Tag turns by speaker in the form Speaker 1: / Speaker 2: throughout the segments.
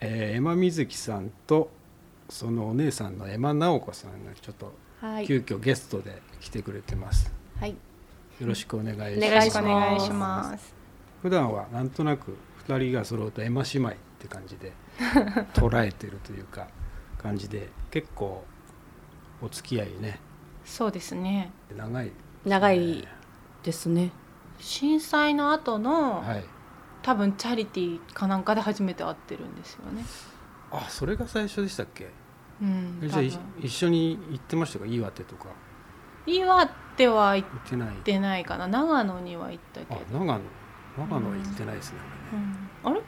Speaker 1: えー、エマみずきさんとそのお姉さんのエマ直子さんがちょっと
Speaker 2: はい。
Speaker 1: 急遽ゲストで来てくれてます、
Speaker 2: はい。
Speaker 1: よろしくお願いします
Speaker 2: お願いしますす。
Speaker 1: 普段はなんとなく2人が揃うとエマ姉妹って感じ で捉えてるというか感じで結構お付き合いね
Speaker 2: そうですね。
Speaker 1: 長い
Speaker 3: 長いですね。
Speaker 2: 震災の後の、
Speaker 1: はい
Speaker 2: 多分チャリティーかなんかで初めて会ってるんですよね。
Speaker 1: あそれが最初でしたっけ
Speaker 2: うん。
Speaker 1: えじゃ
Speaker 2: 多
Speaker 1: あ
Speaker 2: 分
Speaker 1: い一緒に行ってましたか岩手とか
Speaker 2: 岩手は行っ
Speaker 1: 行ってない
Speaker 2: てないかな。長野には行ったけ
Speaker 1: あ
Speaker 2: ど。
Speaker 1: 長野長野は行ってないですね、
Speaker 2: う んあれ？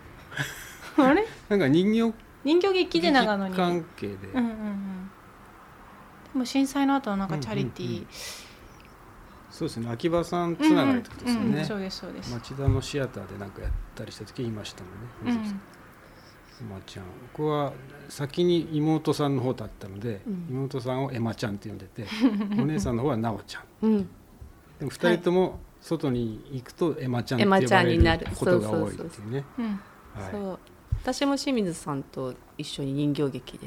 Speaker 2: あれ？
Speaker 1: なんか人形
Speaker 2: 人形劇で長野に。
Speaker 1: 関係で、
Speaker 2: うんうんうん。でも震災の後はなんかチャリティー、
Speaker 1: うんうんそうですね秋葉さんつながりってことですよね、
Speaker 2: うんうんうんそうですそうです。
Speaker 1: 町田のシアターでなんかやったりした時言いましたもんね、
Speaker 2: う
Speaker 1: 水木さん
Speaker 2: ん。
Speaker 1: エマちゃん僕は先に妹さんの方だったので、
Speaker 3: うん
Speaker 1: 妹さんをエマちゃんって呼んで てお姉さんの方はナオちゃん
Speaker 3: うん。
Speaker 1: でも2人とも外に行くとエマちゃんっ
Speaker 3: エ
Speaker 1: て
Speaker 3: マ
Speaker 1: 呼
Speaker 3: ちゃ
Speaker 1: ば
Speaker 3: ん
Speaker 1: れ
Speaker 3: になる
Speaker 1: ることが多いって
Speaker 3: そうそう
Speaker 1: いうね
Speaker 2: うん。
Speaker 1: はい
Speaker 3: そう。私も清水さんと一緒に人形劇で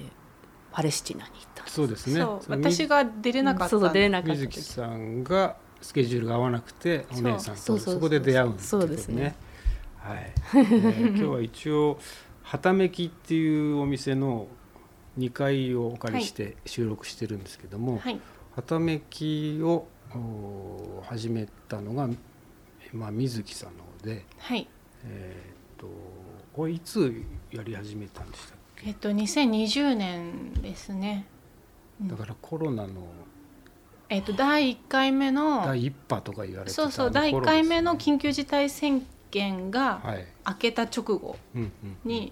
Speaker 3: パレスチナに行ったんです。
Speaker 1: そうですね
Speaker 2: そう
Speaker 1: そのみ
Speaker 2: 私が出れなかった
Speaker 3: そうそう出れなかった
Speaker 1: 水木さんがスケジュールが合わなくてお
Speaker 2: そう
Speaker 1: 姉さん
Speaker 3: そ
Speaker 1: と
Speaker 3: うそうそう
Speaker 1: そこで出会うんってこと
Speaker 3: そうですね
Speaker 1: はい、えー 今日は一応はためきっていうお店の2階をお借りして収録してるんですけども、
Speaker 2: はい。
Speaker 1: はためきをおー始めたのが、まあ、水木さんの方で、
Speaker 2: はい。
Speaker 1: えーっとこれいつやり始めたんでしたっ
Speaker 2: えっと2020年ですね。
Speaker 1: けだからコロナの
Speaker 2: えっと第1回目の
Speaker 1: 第一波とか言われてた
Speaker 2: そうそう
Speaker 1: あの
Speaker 2: 第
Speaker 1: 頃
Speaker 2: 1
Speaker 1: ですね
Speaker 2: 回目の緊急事態宣言が
Speaker 1: はい、
Speaker 2: 明けた直後
Speaker 1: うんうんうん
Speaker 2: に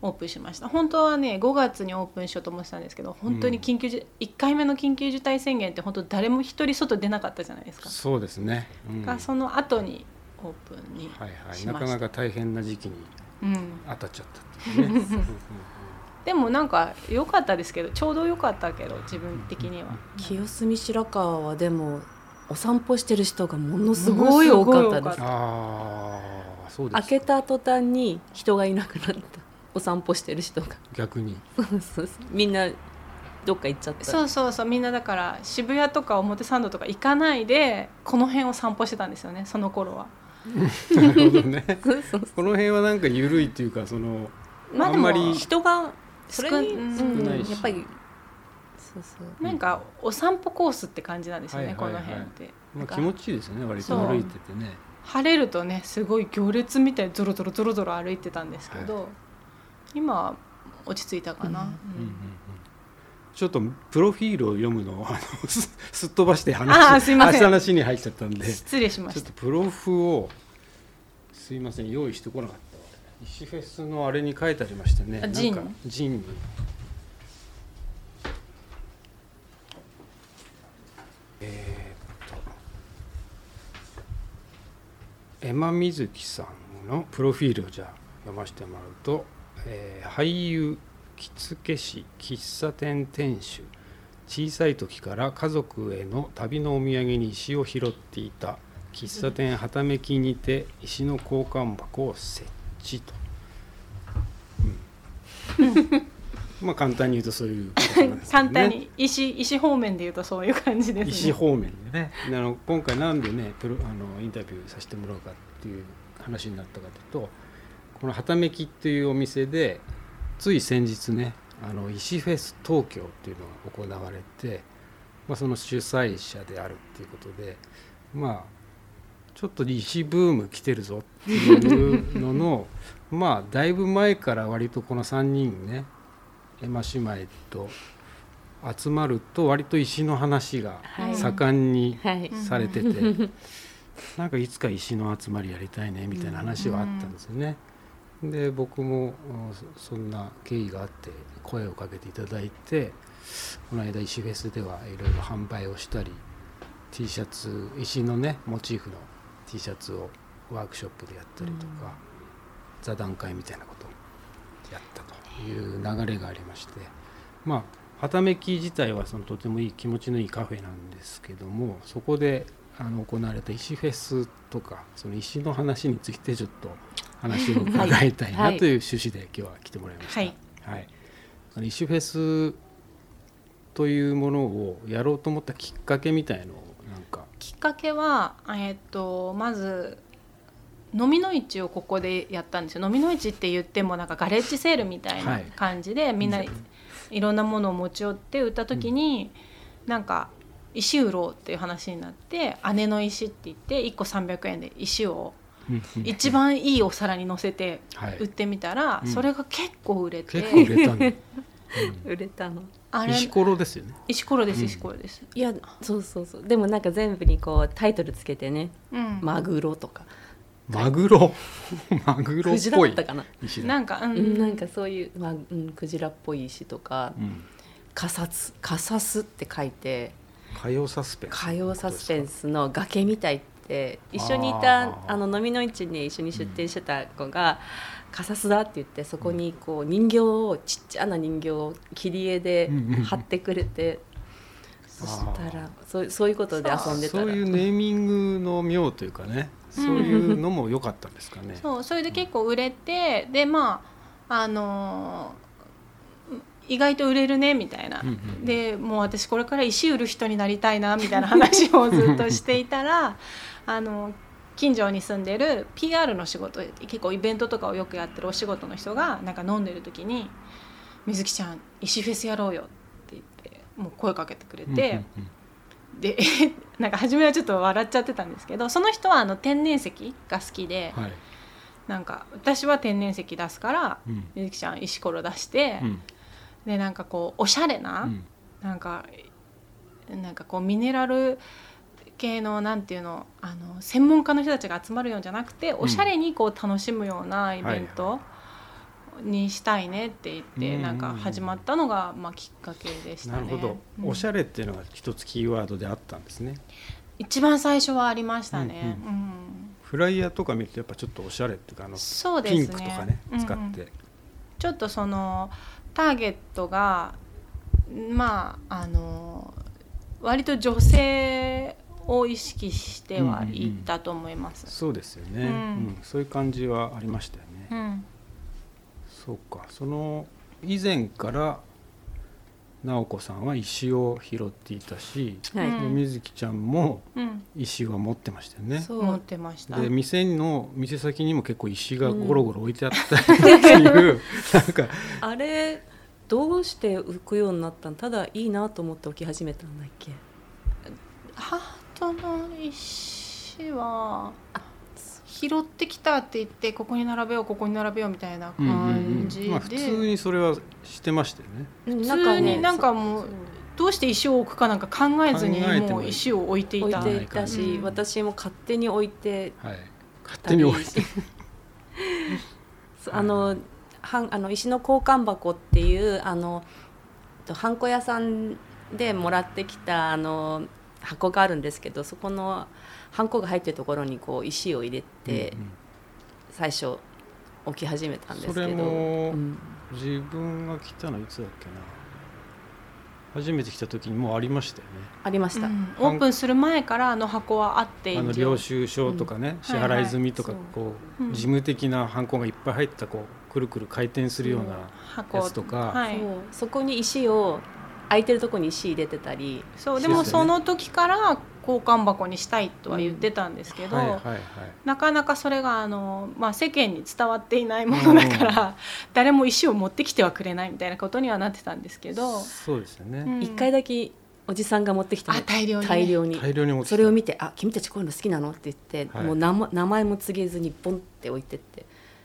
Speaker 2: オープンしました。本当はね5月にオープンしようと思ってたんですけど、本当に緊急じ1回目の緊急事態宣言って本当誰も一人外出なかったじゃないですか。
Speaker 1: そうですね、うん
Speaker 2: がその後にオープンに。
Speaker 1: はいはい、
Speaker 2: し
Speaker 1: な
Speaker 2: まし
Speaker 1: か
Speaker 2: た
Speaker 1: なか大変な時期に
Speaker 2: うん。
Speaker 1: 当たっちゃったっ ていうねうんうんうん
Speaker 2: でもなんか良かったですけどちょうど良かったけど自分的には
Speaker 3: 清澄白河はでもお散歩してる人がものすごい多かった
Speaker 2: もの
Speaker 3: ですす
Speaker 2: ごい多かっ
Speaker 1: ああそうです
Speaker 3: 開
Speaker 1: か
Speaker 3: けた途端に人がいなくなったお散歩してる人が
Speaker 1: 逆に
Speaker 3: そうそうそうみんなどっか行っちゃった
Speaker 2: そうそうそうみんなだから渋谷とか表参道とか行かないでこの辺を散歩してたんですよねその頃は
Speaker 1: なるほどね
Speaker 3: そうそう
Speaker 1: この辺はなんか緩いっていうかその
Speaker 2: まあ
Speaker 1: あ
Speaker 2: で
Speaker 1: んま
Speaker 2: も
Speaker 1: り
Speaker 3: 人がそ
Speaker 2: 少
Speaker 3: れに、
Speaker 2: うん
Speaker 3: うん
Speaker 1: 少ないし
Speaker 3: やっぱりそうそう
Speaker 2: なんかお散歩コースって感じなんですよね、
Speaker 1: はいはいはい
Speaker 2: この辺って、
Speaker 1: ま
Speaker 2: な
Speaker 1: あ、
Speaker 2: んか
Speaker 1: 気持ちいいですね割と
Speaker 2: そう
Speaker 1: 歩いててね
Speaker 2: 晴れるとねすごい行列みたいにゾロゾロゾロゾロ歩いてたんですけど、今は落ち着いたかな、
Speaker 3: うん
Speaker 2: うん
Speaker 1: ちょっとプロフィールを読むのをあのすすっ飛ばして
Speaker 2: あー
Speaker 1: 話
Speaker 2: すいません
Speaker 1: 話に入っちゃったんでち
Speaker 2: 失礼しま
Speaker 1: ょ
Speaker 2: し
Speaker 1: ったとプロフをすいません用意してこなかったわ石フェスのあれに書いてありましたね
Speaker 2: あジン
Speaker 1: なんかジンにえーっとエマみずきさんのプロフィールをじゃあ読ませてもらうと、えー俳優着付け師喫茶店店主小さい時から家族への旅のお土産に石を拾っていた喫茶店はためきにて石の交換箱を設置と、うんまあ簡単に言うとそういうことなんですよね
Speaker 2: 簡単に石石方面で言うとそういう感じですね
Speaker 1: 石方面で ねあの今回なんでねプロあのインタビューさせてもらうかっていう話になったかというとこのはためきっていうお店でつい先日ねあの石フェス東京っていうのが行われて、まあ、その主催者であるっていうことでまあちょっと石ブーム来てるぞっていうのの まあだいぶ前から割とこの3人ねエマ姉妹と集まると割と石の話が
Speaker 3: はい
Speaker 1: 盛んに
Speaker 3: はい
Speaker 1: されてて、なんかいつか石の集まりやりたいねみたいな話はあったんですよね。で僕もうんそそんな経緯があって声をかけていただいてこの間石フェスではいろいろ販売をしたり T シャツ石のねモチーフの T シャツをワークショップでやったりとか、座談会みたいなことをやったという流れがありましてまあはためき自体はそのとてもいい気持ちのいいカフェなんですけどもそこであの行われた石フェスとかその石の話についてちょっと話を伺いたい
Speaker 3: は
Speaker 1: ないという趣旨で今日は来てもらいました。
Speaker 2: はい
Speaker 1: はい、あのイシュフェスというものをやろうと思ったきっかけみたいのをなんか、
Speaker 2: きっかけは、えっとまず飲みの市をここでやったんですよ飲みの市って言ってもなんかガレッジセールみたい
Speaker 1: は
Speaker 2: ない感じで、みんなはいろんなものを持ち寄って売った時に、なんか石売ろうっていう話になって姉の石って言って1個300円で石を一番いいお皿に乗せて
Speaker 1: はい
Speaker 2: 売ってみたら、
Speaker 1: うん
Speaker 2: それが結構売れて
Speaker 1: 結構売れたの、
Speaker 3: 売れたの
Speaker 2: あ
Speaker 1: うん、
Speaker 2: れ
Speaker 1: 石ころですよね。
Speaker 2: 石ころで
Speaker 1: う
Speaker 2: す
Speaker 1: ん
Speaker 2: 石ころです、
Speaker 3: いやそうそうそうでもなんか全部にこうタイトルつけてね
Speaker 2: うん
Speaker 3: マグロとか
Speaker 1: マグロ マグロっ
Speaker 3: クジラ
Speaker 1: ぽ
Speaker 3: だっ
Speaker 1: い
Speaker 3: たかな、
Speaker 1: 石
Speaker 2: な
Speaker 1: だ。
Speaker 2: んか、う
Speaker 3: うん、
Speaker 2: ん、
Speaker 3: なんかそういう、まあうん、クジラっぽい石とか
Speaker 1: うん
Speaker 3: 「カサツ」「カサス」って書いて
Speaker 1: 火曜サスペンス。
Speaker 3: 火曜サスペンスの崖みたいって一緒にい
Speaker 1: あ
Speaker 3: た
Speaker 1: ー
Speaker 3: あの飲みの市に一緒に出店してた子が「カサスだ」って言ってそこにこう人形をちっちゃな人形を切り絵で
Speaker 1: うんうん
Speaker 3: 貼ってくれて、そしたらそうそういうことで遊んでた
Speaker 1: そ
Speaker 3: ら
Speaker 1: ういうネーミングの妙というかね、
Speaker 2: う
Speaker 1: そ
Speaker 2: ん
Speaker 1: ういうのも良かったんですかね。
Speaker 2: そうそれで結構売れてでまああのー意外と売れるねみたいな、
Speaker 1: うんうん
Speaker 2: でもう私これから石売る人になりたいなみたいな話をずっとしてい たらあの近所に住んでる PR の仕事結構イベントとかをよくやってるお仕事の人がなんか飲んでる時に「水木ちゃん石フェスやろうよ」って言ってもう声かけてくれ
Speaker 1: うんうんうん
Speaker 2: て、で なんか初めはちょっと笑っちゃってたんですけどその人はあの天然石が好きで。
Speaker 1: はい、
Speaker 2: なんか私は天然石出すから、
Speaker 1: うん
Speaker 2: みずきちゃん石ころ出して、
Speaker 1: うん
Speaker 2: でなんかこうおしゃれな、
Speaker 1: うん
Speaker 2: なんかなんかこうミネラル系のなんていうのあの専門家の人たちが集まるようじゃなくて、おしゃれにこう楽しむようなイベン
Speaker 1: はい
Speaker 2: トにしたいねって言って、
Speaker 1: うん
Speaker 2: なんか始まったのが、まあ、きっかけでした
Speaker 1: な
Speaker 2: ね。
Speaker 1: るほど、
Speaker 2: うん
Speaker 1: おしゃれっていうのが一つキーワードであったんですね。
Speaker 2: 一番最初はありましたね。
Speaker 1: うん
Speaker 2: うん
Speaker 1: フライヤーとか見るとやっぱちょっとおしゃれっていうかあの、
Speaker 2: そうです
Speaker 1: ピ
Speaker 2: ね。
Speaker 1: ンクとかね
Speaker 2: うんうん
Speaker 1: 使って、
Speaker 2: ちょっとそのターゲットがまああの割と女性を意識してはいったと思います。
Speaker 1: そうですよね、
Speaker 2: う
Speaker 1: うんんそういう感じはありましたよね。
Speaker 2: うん
Speaker 1: そうかその以前から直子さんは石を拾っていたし、
Speaker 3: はい、
Speaker 2: うん
Speaker 1: みずきちゃんも
Speaker 2: うん、
Speaker 1: 石は持ってましたよね。
Speaker 3: そう
Speaker 2: 持ってました。
Speaker 1: で店の店先にも結構石がゴロゴロ置いてあったりっていう、なんか
Speaker 3: あれどうして浮くようになったのただいいなと思って置き始めたんだっけ
Speaker 2: ハートの石は拾ってきたって言ってここに並べようここに並べようみたいな
Speaker 1: うんうんうん
Speaker 2: 感じで、
Speaker 1: まあ、普通にそれはしてましたよね。
Speaker 3: 普
Speaker 2: 普通になんかも
Speaker 3: も
Speaker 2: うどうして石を置くかなんか考えずに
Speaker 1: 考えてもいい
Speaker 2: もう石を置いてい
Speaker 3: 置い
Speaker 2: た。
Speaker 3: ていたし、
Speaker 2: うん
Speaker 3: 私も勝手に置いて
Speaker 1: はい、勝手に置いて
Speaker 3: そうあのはんあの石の交換箱っていうあのとハンコ屋さんでもらってきたあの箱があるんですけどそこのハンコが入ってるところにこう石を入れて
Speaker 1: うん
Speaker 3: 最初置き始めたんですけど、
Speaker 1: それも
Speaker 3: うん
Speaker 1: うん自分が来たのいつだっけな初めて来た時にもうありましたよね
Speaker 3: ありました、
Speaker 2: うんオープンする前からあの箱はあって
Speaker 1: あの
Speaker 2: 一応
Speaker 1: 領収書とかね、支払い済みとか、
Speaker 3: はいはい
Speaker 1: こう
Speaker 2: うん
Speaker 1: 事務的なハンコがいっぱい入ったこうくるくる回転するような
Speaker 2: 箱
Speaker 1: やつとか、
Speaker 2: はい
Speaker 3: そうそこに石を空いてるとこに石入れてたり
Speaker 2: そう
Speaker 1: です
Speaker 2: で
Speaker 1: よね
Speaker 2: もその時から交換箱にしたいとは言ってたんですけど、
Speaker 1: はいはいはい
Speaker 2: なかなかそれがあの、まあ、世間に伝わっていないものだから、誰も石を持ってきてはくれないみたいなことにはなってたんですけど、
Speaker 1: そうですよね、
Speaker 2: 一
Speaker 3: 一、回だけおじさんが持ってきたの
Speaker 2: あ大量にね
Speaker 3: 大量に
Speaker 1: 大量に持ってきた
Speaker 3: それを見て「あ君たちこういうの好きなの?」って言って、
Speaker 1: はい
Speaker 3: もう名前名前も告げずにボンって置いてって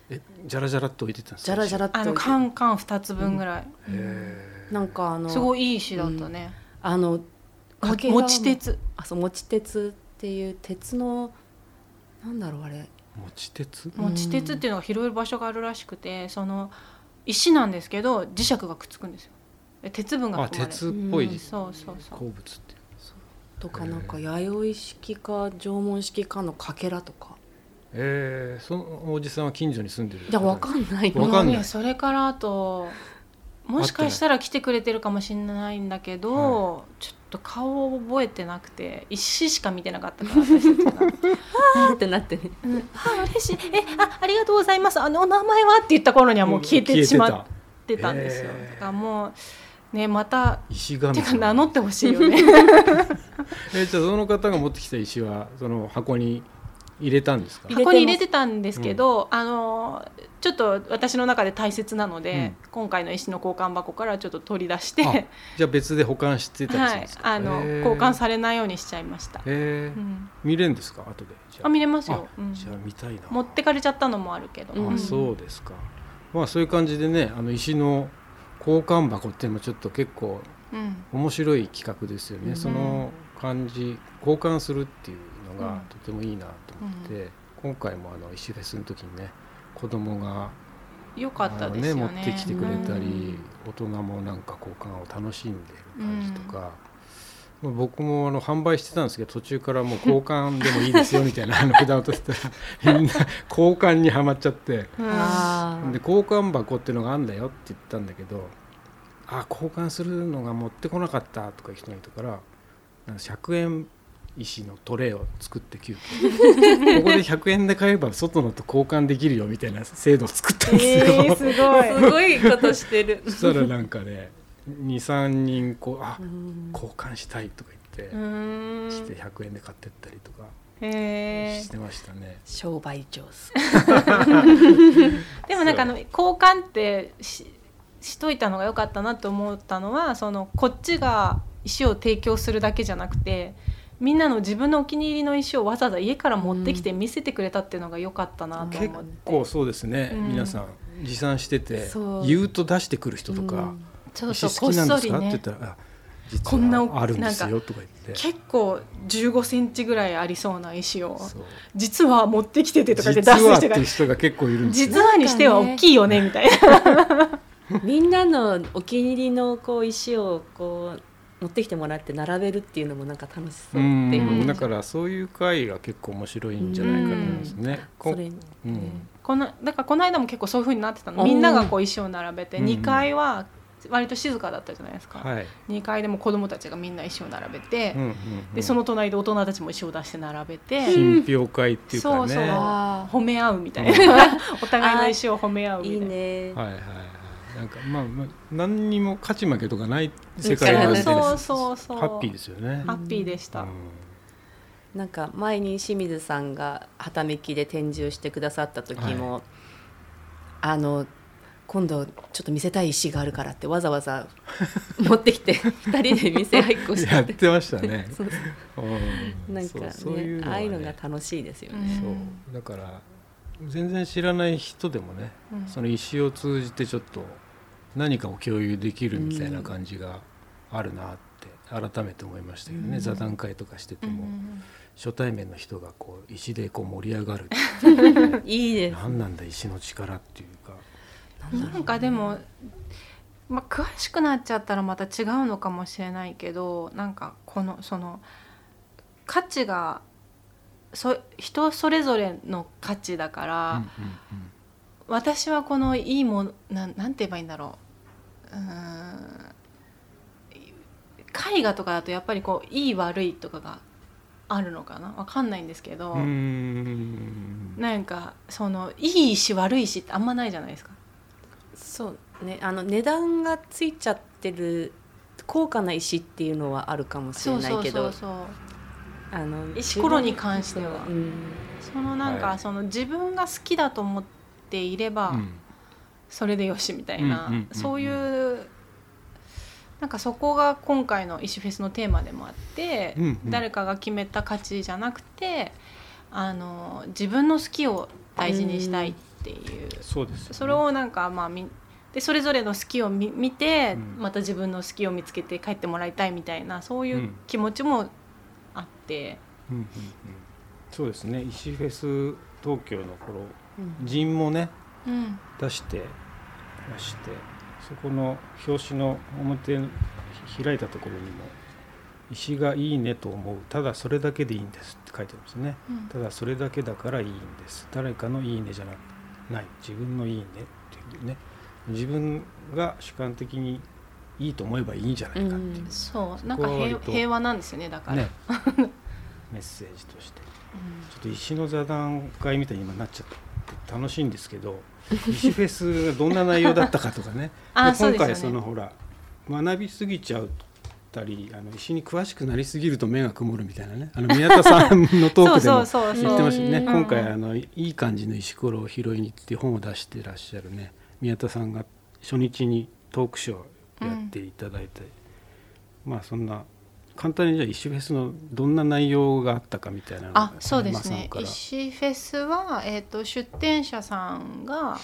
Speaker 1: えじゃらじゃらっと置いてたんです
Speaker 3: じ
Speaker 1: か
Speaker 3: ゃらじゃらっと
Speaker 2: あ
Speaker 3: 置い
Speaker 2: の
Speaker 3: て
Speaker 2: 缶缶2つ分ぐらい、
Speaker 1: へ
Speaker 3: なんかあの
Speaker 2: すごいいい石だったね、
Speaker 3: あの
Speaker 2: も
Speaker 3: 掛川
Speaker 2: 持ち鉄
Speaker 3: あそう持ち鉄っていう鉄のなんだろうあれ
Speaker 1: ー持ち鉄
Speaker 3: うん
Speaker 2: 持ち鉄っていうのが拾える場所があるらしくてその石なんですけど磁石がくっつくんですよで鉄分が
Speaker 1: あ
Speaker 2: 含まれる
Speaker 1: 鉄っぽいです
Speaker 2: そうそうそう
Speaker 1: 鉱物って
Speaker 3: とか
Speaker 1: へえ
Speaker 3: なんか弥生式か縄文式かのかけらとか
Speaker 1: えー、そのおじさんは近所に住んでる
Speaker 3: いやわかんない
Speaker 1: わかんない
Speaker 2: もうねそれからあともしかしたら来てくれてるかもしれないんだけど、ちょっと顔を覚えてなくて石しか見てなかったから私たちが
Speaker 3: あーってなってね
Speaker 2: うん、あ嬉しいえあありがとうございますあのお名前はって言った頃にはもう消えてしまっ
Speaker 1: 消
Speaker 2: てたんですよ、
Speaker 1: えー
Speaker 2: だからもうねまた
Speaker 1: え石神
Speaker 2: てか
Speaker 1: 様
Speaker 2: 名乗ってほしいよね
Speaker 1: えじゃあその方が持ってきた石はその箱に入れたんですか
Speaker 3: 入れてます
Speaker 2: 箱に入れてたんですけど、あのちょっと私の中で大切なので、今回の石の交換箱からちょっと取り出して、
Speaker 1: あじゃあ別で保管してたりす
Speaker 2: は
Speaker 1: るん
Speaker 2: い
Speaker 1: です、か、
Speaker 2: あの
Speaker 1: へえ
Speaker 2: 交換されないようにしちゃいました、
Speaker 1: へえ
Speaker 2: うん、
Speaker 1: 見れるんですか後でじゃ
Speaker 2: あ見れますよ、
Speaker 1: あ
Speaker 2: うん
Speaker 1: じゃあ見たいな
Speaker 2: 持ってかれちゃったのもあるけど、
Speaker 3: うん
Speaker 1: あそうですか、まあそういう感じでねあの石の交換箱っていうのもちょっと結構
Speaker 2: うん
Speaker 1: 面白い企画ですよね、
Speaker 3: うん
Speaker 1: その感じ交換するっていうの
Speaker 2: うん
Speaker 1: がとてもいいなと思って、今回もあの石フェスの時にね子供が
Speaker 2: よかったですよね
Speaker 1: あの持ってきてくれたり、
Speaker 2: うん
Speaker 1: 大人もなんか交換を楽しんでる感じとか、まあ僕もあの販売してたんですけど途中からもう交換でもいいですよみたいなあの札を取ってたらみんな交換にはまっちゃって
Speaker 2: うん
Speaker 3: あ
Speaker 1: で交換箱っていうのがあるんだよって言ったんだけど「あ交換するのが持ってこなかった」とかいう人がいたからなんか100円石のトレイを作って急遽 ここで100円で買えば外のと交換できるよみたいな制度を作ったんですよ。
Speaker 2: えー、すごい
Speaker 3: ーすごいことしてる
Speaker 1: そしたらなんかね23人こう「あ
Speaker 3: うん
Speaker 1: 交換したい」とか言っ
Speaker 2: う
Speaker 1: て、
Speaker 2: ーん
Speaker 1: して100円で買ってったりとか
Speaker 2: へ
Speaker 1: してましたね。
Speaker 3: 商売上
Speaker 2: ーでもなんかあの交換ってししといたのが良かったなと思ったのはそのこっちが石を提供するだけじゃなくてみんなの自分のお気に入りの石をわざわざ家から持ってきて見せてくれたっていうのが良かったなと
Speaker 1: 結
Speaker 2: 思って、
Speaker 1: 構そうですね、
Speaker 2: うん
Speaker 1: 皆さん持参してて
Speaker 3: そう
Speaker 1: 言うと出してくる人
Speaker 3: 手
Speaker 1: とか「
Speaker 2: ちょっ
Speaker 1: 石
Speaker 2: と
Speaker 1: 好
Speaker 2: こっ
Speaker 1: きなんで
Speaker 2: そ
Speaker 1: す
Speaker 2: り
Speaker 1: か?」って言
Speaker 2: ね
Speaker 1: ったらあ「実
Speaker 2: こんな
Speaker 1: はあるんです
Speaker 2: な
Speaker 1: よ」とか言って。
Speaker 2: 結構15センチぐらいありそうな石を
Speaker 1: そう
Speaker 2: 実は持ってきててとかで出
Speaker 1: 実は
Speaker 2: し
Speaker 1: ってて
Speaker 2: て
Speaker 1: いう人が結構いるんですよ。
Speaker 2: 実はにしては大きいよねみたいな。
Speaker 3: みんなのお気に入りのこう石をこう持ってきてもらって並べるっていうのもなんか楽しそううって
Speaker 2: う
Speaker 3: い
Speaker 1: ん
Speaker 3: う
Speaker 1: だからそういう会が結構面白いんじゃないかと思いますね。こ
Speaker 3: それに
Speaker 1: うん
Speaker 2: このだからこの間も結構そういう風になってたの
Speaker 3: おー
Speaker 2: みんながこう石を並べて
Speaker 1: うん
Speaker 2: 2階は割と静かだったじゃないですか、
Speaker 1: はい
Speaker 2: 2階でも子どもたちがみんな石を並べて、
Speaker 1: うんうんうん
Speaker 2: でその隣で大人たちも石を出して並べて、
Speaker 1: 品評会っていうかね、
Speaker 2: そうそう
Speaker 1: は
Speaker 3: あ
Speaker 2: 褒め合うみたいな お互いの石を褒め合
Speaker 3: あ
Speaker 2: うみ
Speaker 3: いい
Speaker 2: たいな。
Speaker 3: ね、
Speaker 1: いはいはいなんかまあ、まあ、何にも勝ち負けとかない世界なんで
Speaker 2: そうそうそう
Speaker 1: ハッピーですよね。
Speaker 2: ハッピーでした、
Speaker 3: なんか前に清水さんが畑めきで展示をしてくださった時も、あの今度ちょっと見せたい石があるからってわざわざ 持ってきて2人で 見せ合いっ
Speaker 1: う
Speaker 3: こ
Speaker 1: ん
Speaker 3: し
Speaker 1: やって
Speaker 3: て
Speaker 1: てました ね。
Speaker 3: そうそう
Speaker 1: うん
Speaker 3: なんか
Speaker 1: そう
Speaker 3: ね
Speaker 1: そういうの
Speaker 3: あ
Speaker 1: は
Speaker 3: あいうのが
Speaker 1: ね
Speaker 3: 楽しいですよ
Speaker 2: う
Speaker 3: ね、
Speaker 2: ん
Speaker 1: そうだから全然知らない人でもね、
Speaker 2: うん
Speaker 1: その石を通じてちょっと何かを共有できるみたいな感じがあるなって改めて思いましたけどね、
Speaker 3: うん
Speaker 1: 座談会とかしてて
Speaker 2: うん
Speaker 1: も、初対面の人がこう石でこう盛り上がる
Speaker 3: いいです
Speaker 1: 何なんだ石の力っていうか
Speaker 2: うんなんかでも、まあ、詳しくなっちゃったらまた違うのかもしれないけどなんかこのその価値がそ人それぞれの価値だから。私はこのいいものなんなんて言えばいいんだろううーん絵画とかだとやっぱりこういい悪いとかがあるのかなわかんないんですけど、
Speaker 1: うんうんうん
Speaker 2: なんかそのいい石悪い石ってあんまないじゃないですか。
Speaker 3: そうねあの値段がついちゃってる高価な石っていうのはあるかもしれないけど
Speaker 2: そう
Speaker 3: あの
Speaker 2: 石ころに関しては
Speaker 3: うん
Speaker 2: そのなんか、
Speaker 1: はい
Speaker 2: その自分が好きだと思っていれば、
Speaker 1: うん
Speaker 2: それでよしみたいな、
Speaker 1: うんうんうんうん
Speaker 2: そういうなんかそこが今回の石フェスのテーマでもあって、
Speaker 1: うんうん
Speaker 2: 誰かが決めた価値じゃなくてあの自分の好きを大事にしたいっていう、
Speaker 1: そうですよね、
Speaker 2: それをなんかまあみでそれぞれの好きを見見て、
Speaker 1: うん
Speaker 2: また自分の好きを見つけて帰ってもらいたいみたいなそういううん気持ちもあって、
Speaker 1: うんうんうんそうですね石フェス東京の頃
Speaker 3: うん
Speaker 1: 陣もね
Speaker 2: うん
Speaker 1: 出してましてそこの表紙の表ひ開いたところにも「石がいいねと思うただそれだけでいいんです」って書いてありますね
Speaker 2: うん
Speaker 1: ただそれだけだからいいんです誰かの「いいね」じゃなくない自分の「いいね」っていうね自分が主観的にいいと思えばいいんじゃないかっていう、
Speaker 2: そうなんか
Speaker 1: そこは割
Speaker 2: 平
Speaker 1: と
Speaker 2: 平和なんですよねだから、
Speaker 1: ねメッセージとしてちょっと石の座談会みたいに今なっちゃって楽しいんですけど石フェスがどんな内容だったかとかね
Speaker 2: あー
Speaker 1: で
Speaker 2: そう
Speaker 1: 今
Speaker 2: ですよね
Speaker 1: 回そのほら学びすぎちゃうたりあの石に詳しくなりすぎると目が曇るみたいなねあの宮田さんのトークでも
Speaker 2: そうそうそうそう
Speaker 1: 言ってましたよね
Speaker 2: うん
Speaker 1: 今回あの「いい感じの石ころを拾いに」っていう本を出してらっしゃるね宮田さんが初日にトークショーやっていただいて、まあそんな簡単にじゃあ石フェスのどんな内容があったかみたいなのを
Speaker 2: あそうです
Speaker 1: 山さん
Speaker 2: ね
Speaker 1: から
Speaker 2: 石フェスは、えー、と出店者さんが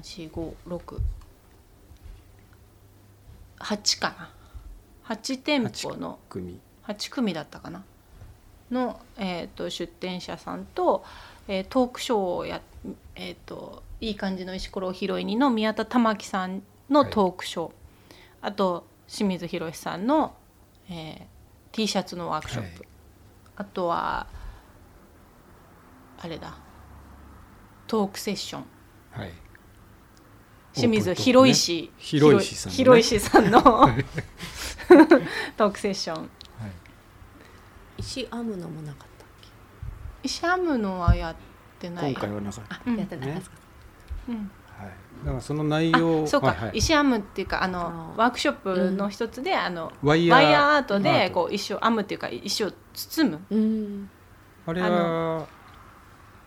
Speaker 2: 345688かな8店舗の
Speaker 1: 組
Speaker 2: 8組だったかなの、えー、と出店者さんと、えートークショーをや、えー、といい感じの石ころを拾いにの宮田玉樹さんのトークショー、あと清水宏さんの、えー T シャツのワークショップ、
Speaker 1: は
Speaker 2: あとはあれだトークセッション
Speaker 1: はい
Speaker 2: 清水
Speaker 1: オープントークね
Speaker 2: 広石
Speaker 1: 広石さんのね
Speaker 2: 広石さんの トークセッション
Speaker 1: はい
Speaker 3: 石編むのもなかったっ
Speaker 2: シャムのはやってない
Speaker 1: 今回はなかった、
Speaker 3: け
Speaker 2: うん
Speaker 3: やってない
Speaker 1: ね
Speaker 3: ですか
Speaker 2: うん
Speaker 1: はい、だからその内容
Speaker 2: あそうか、
Speaker 1: はいはい
Speaker 2: 石編むっていうかあの
Speaker 3: あー
Speaker 2: ワークショップの一つで、あの
Speaker 1: ワイヤー
Speaker 2: ワイヤーアート
Speaker 1: アー
Speaker 2: で
Speaker 1: ト
Speaker 2: こう石を編むっていうか石を包む
Speaker 3: うん
Speaker 1: あれ
Speaker 2: あ
Speaker 1: は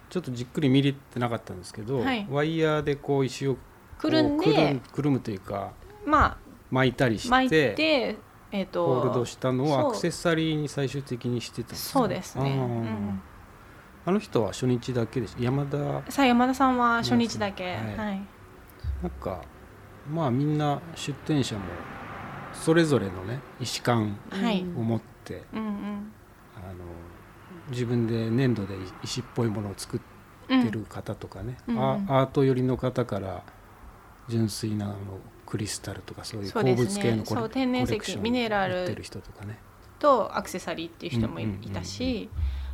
Speaker 1: ちょっとじっくり見れてなかったんですけど、
Speaker 2: はい
Speaker 1: ワイヤーでこう石をこう
Speaker 2: くるん
Speaker 1: くる
Speaker 2: で
Speaker 1: くるむというか
Speaker 2: ま
Speaker 1: 巻いたり
Speaker 2: あ
Speaker 1: して
Speaker 2: 巻いてえっ、と
Speaker 1: ホールドしたの
Speaker 2: そ
Speaker 1: を
Speaker 2: う
Speaker 1: アクセサリーに最終的にしてたんね
Speaker 2: そうですね、
Speaker 1: あー
Speaker 2: うん、
Speaker 1: あの人は初日だけでした山田な
Speaker 2: さあ山田さんは初日だけ、
Speaker 1: はい
Speaker 2: はい
Speaker 1: んかまあみんな出店者もそれぞれのね石缶
Speaker 2: はい
Speaker 1: を持って
Speaker 2: うんうん
Speaker 1: あの自分で粘土で石っぽいものを作って
Speaker 2: うん
Speaker 1: ってる方とかね、
Speaker 2: うん
Speaker 1: あ
Speaker 2: うん
Speaker 1: アート寄りの方から純粋なあのクリスタルとかそういう
Speaker 2: そう
Speaker 1: 鉱
Speaker 2: ですね
Speaker 1: 物系のコレ,、
Speaker 2: そう天然石
Speaker 1: コレクション
Speaker 2: ミネラル
Speaker 1: 持ってる人とかね
Speaker 2: とアクセサリーっていう人もい
Speaker 1: うんうんうんうん
Speaker 2: いたし、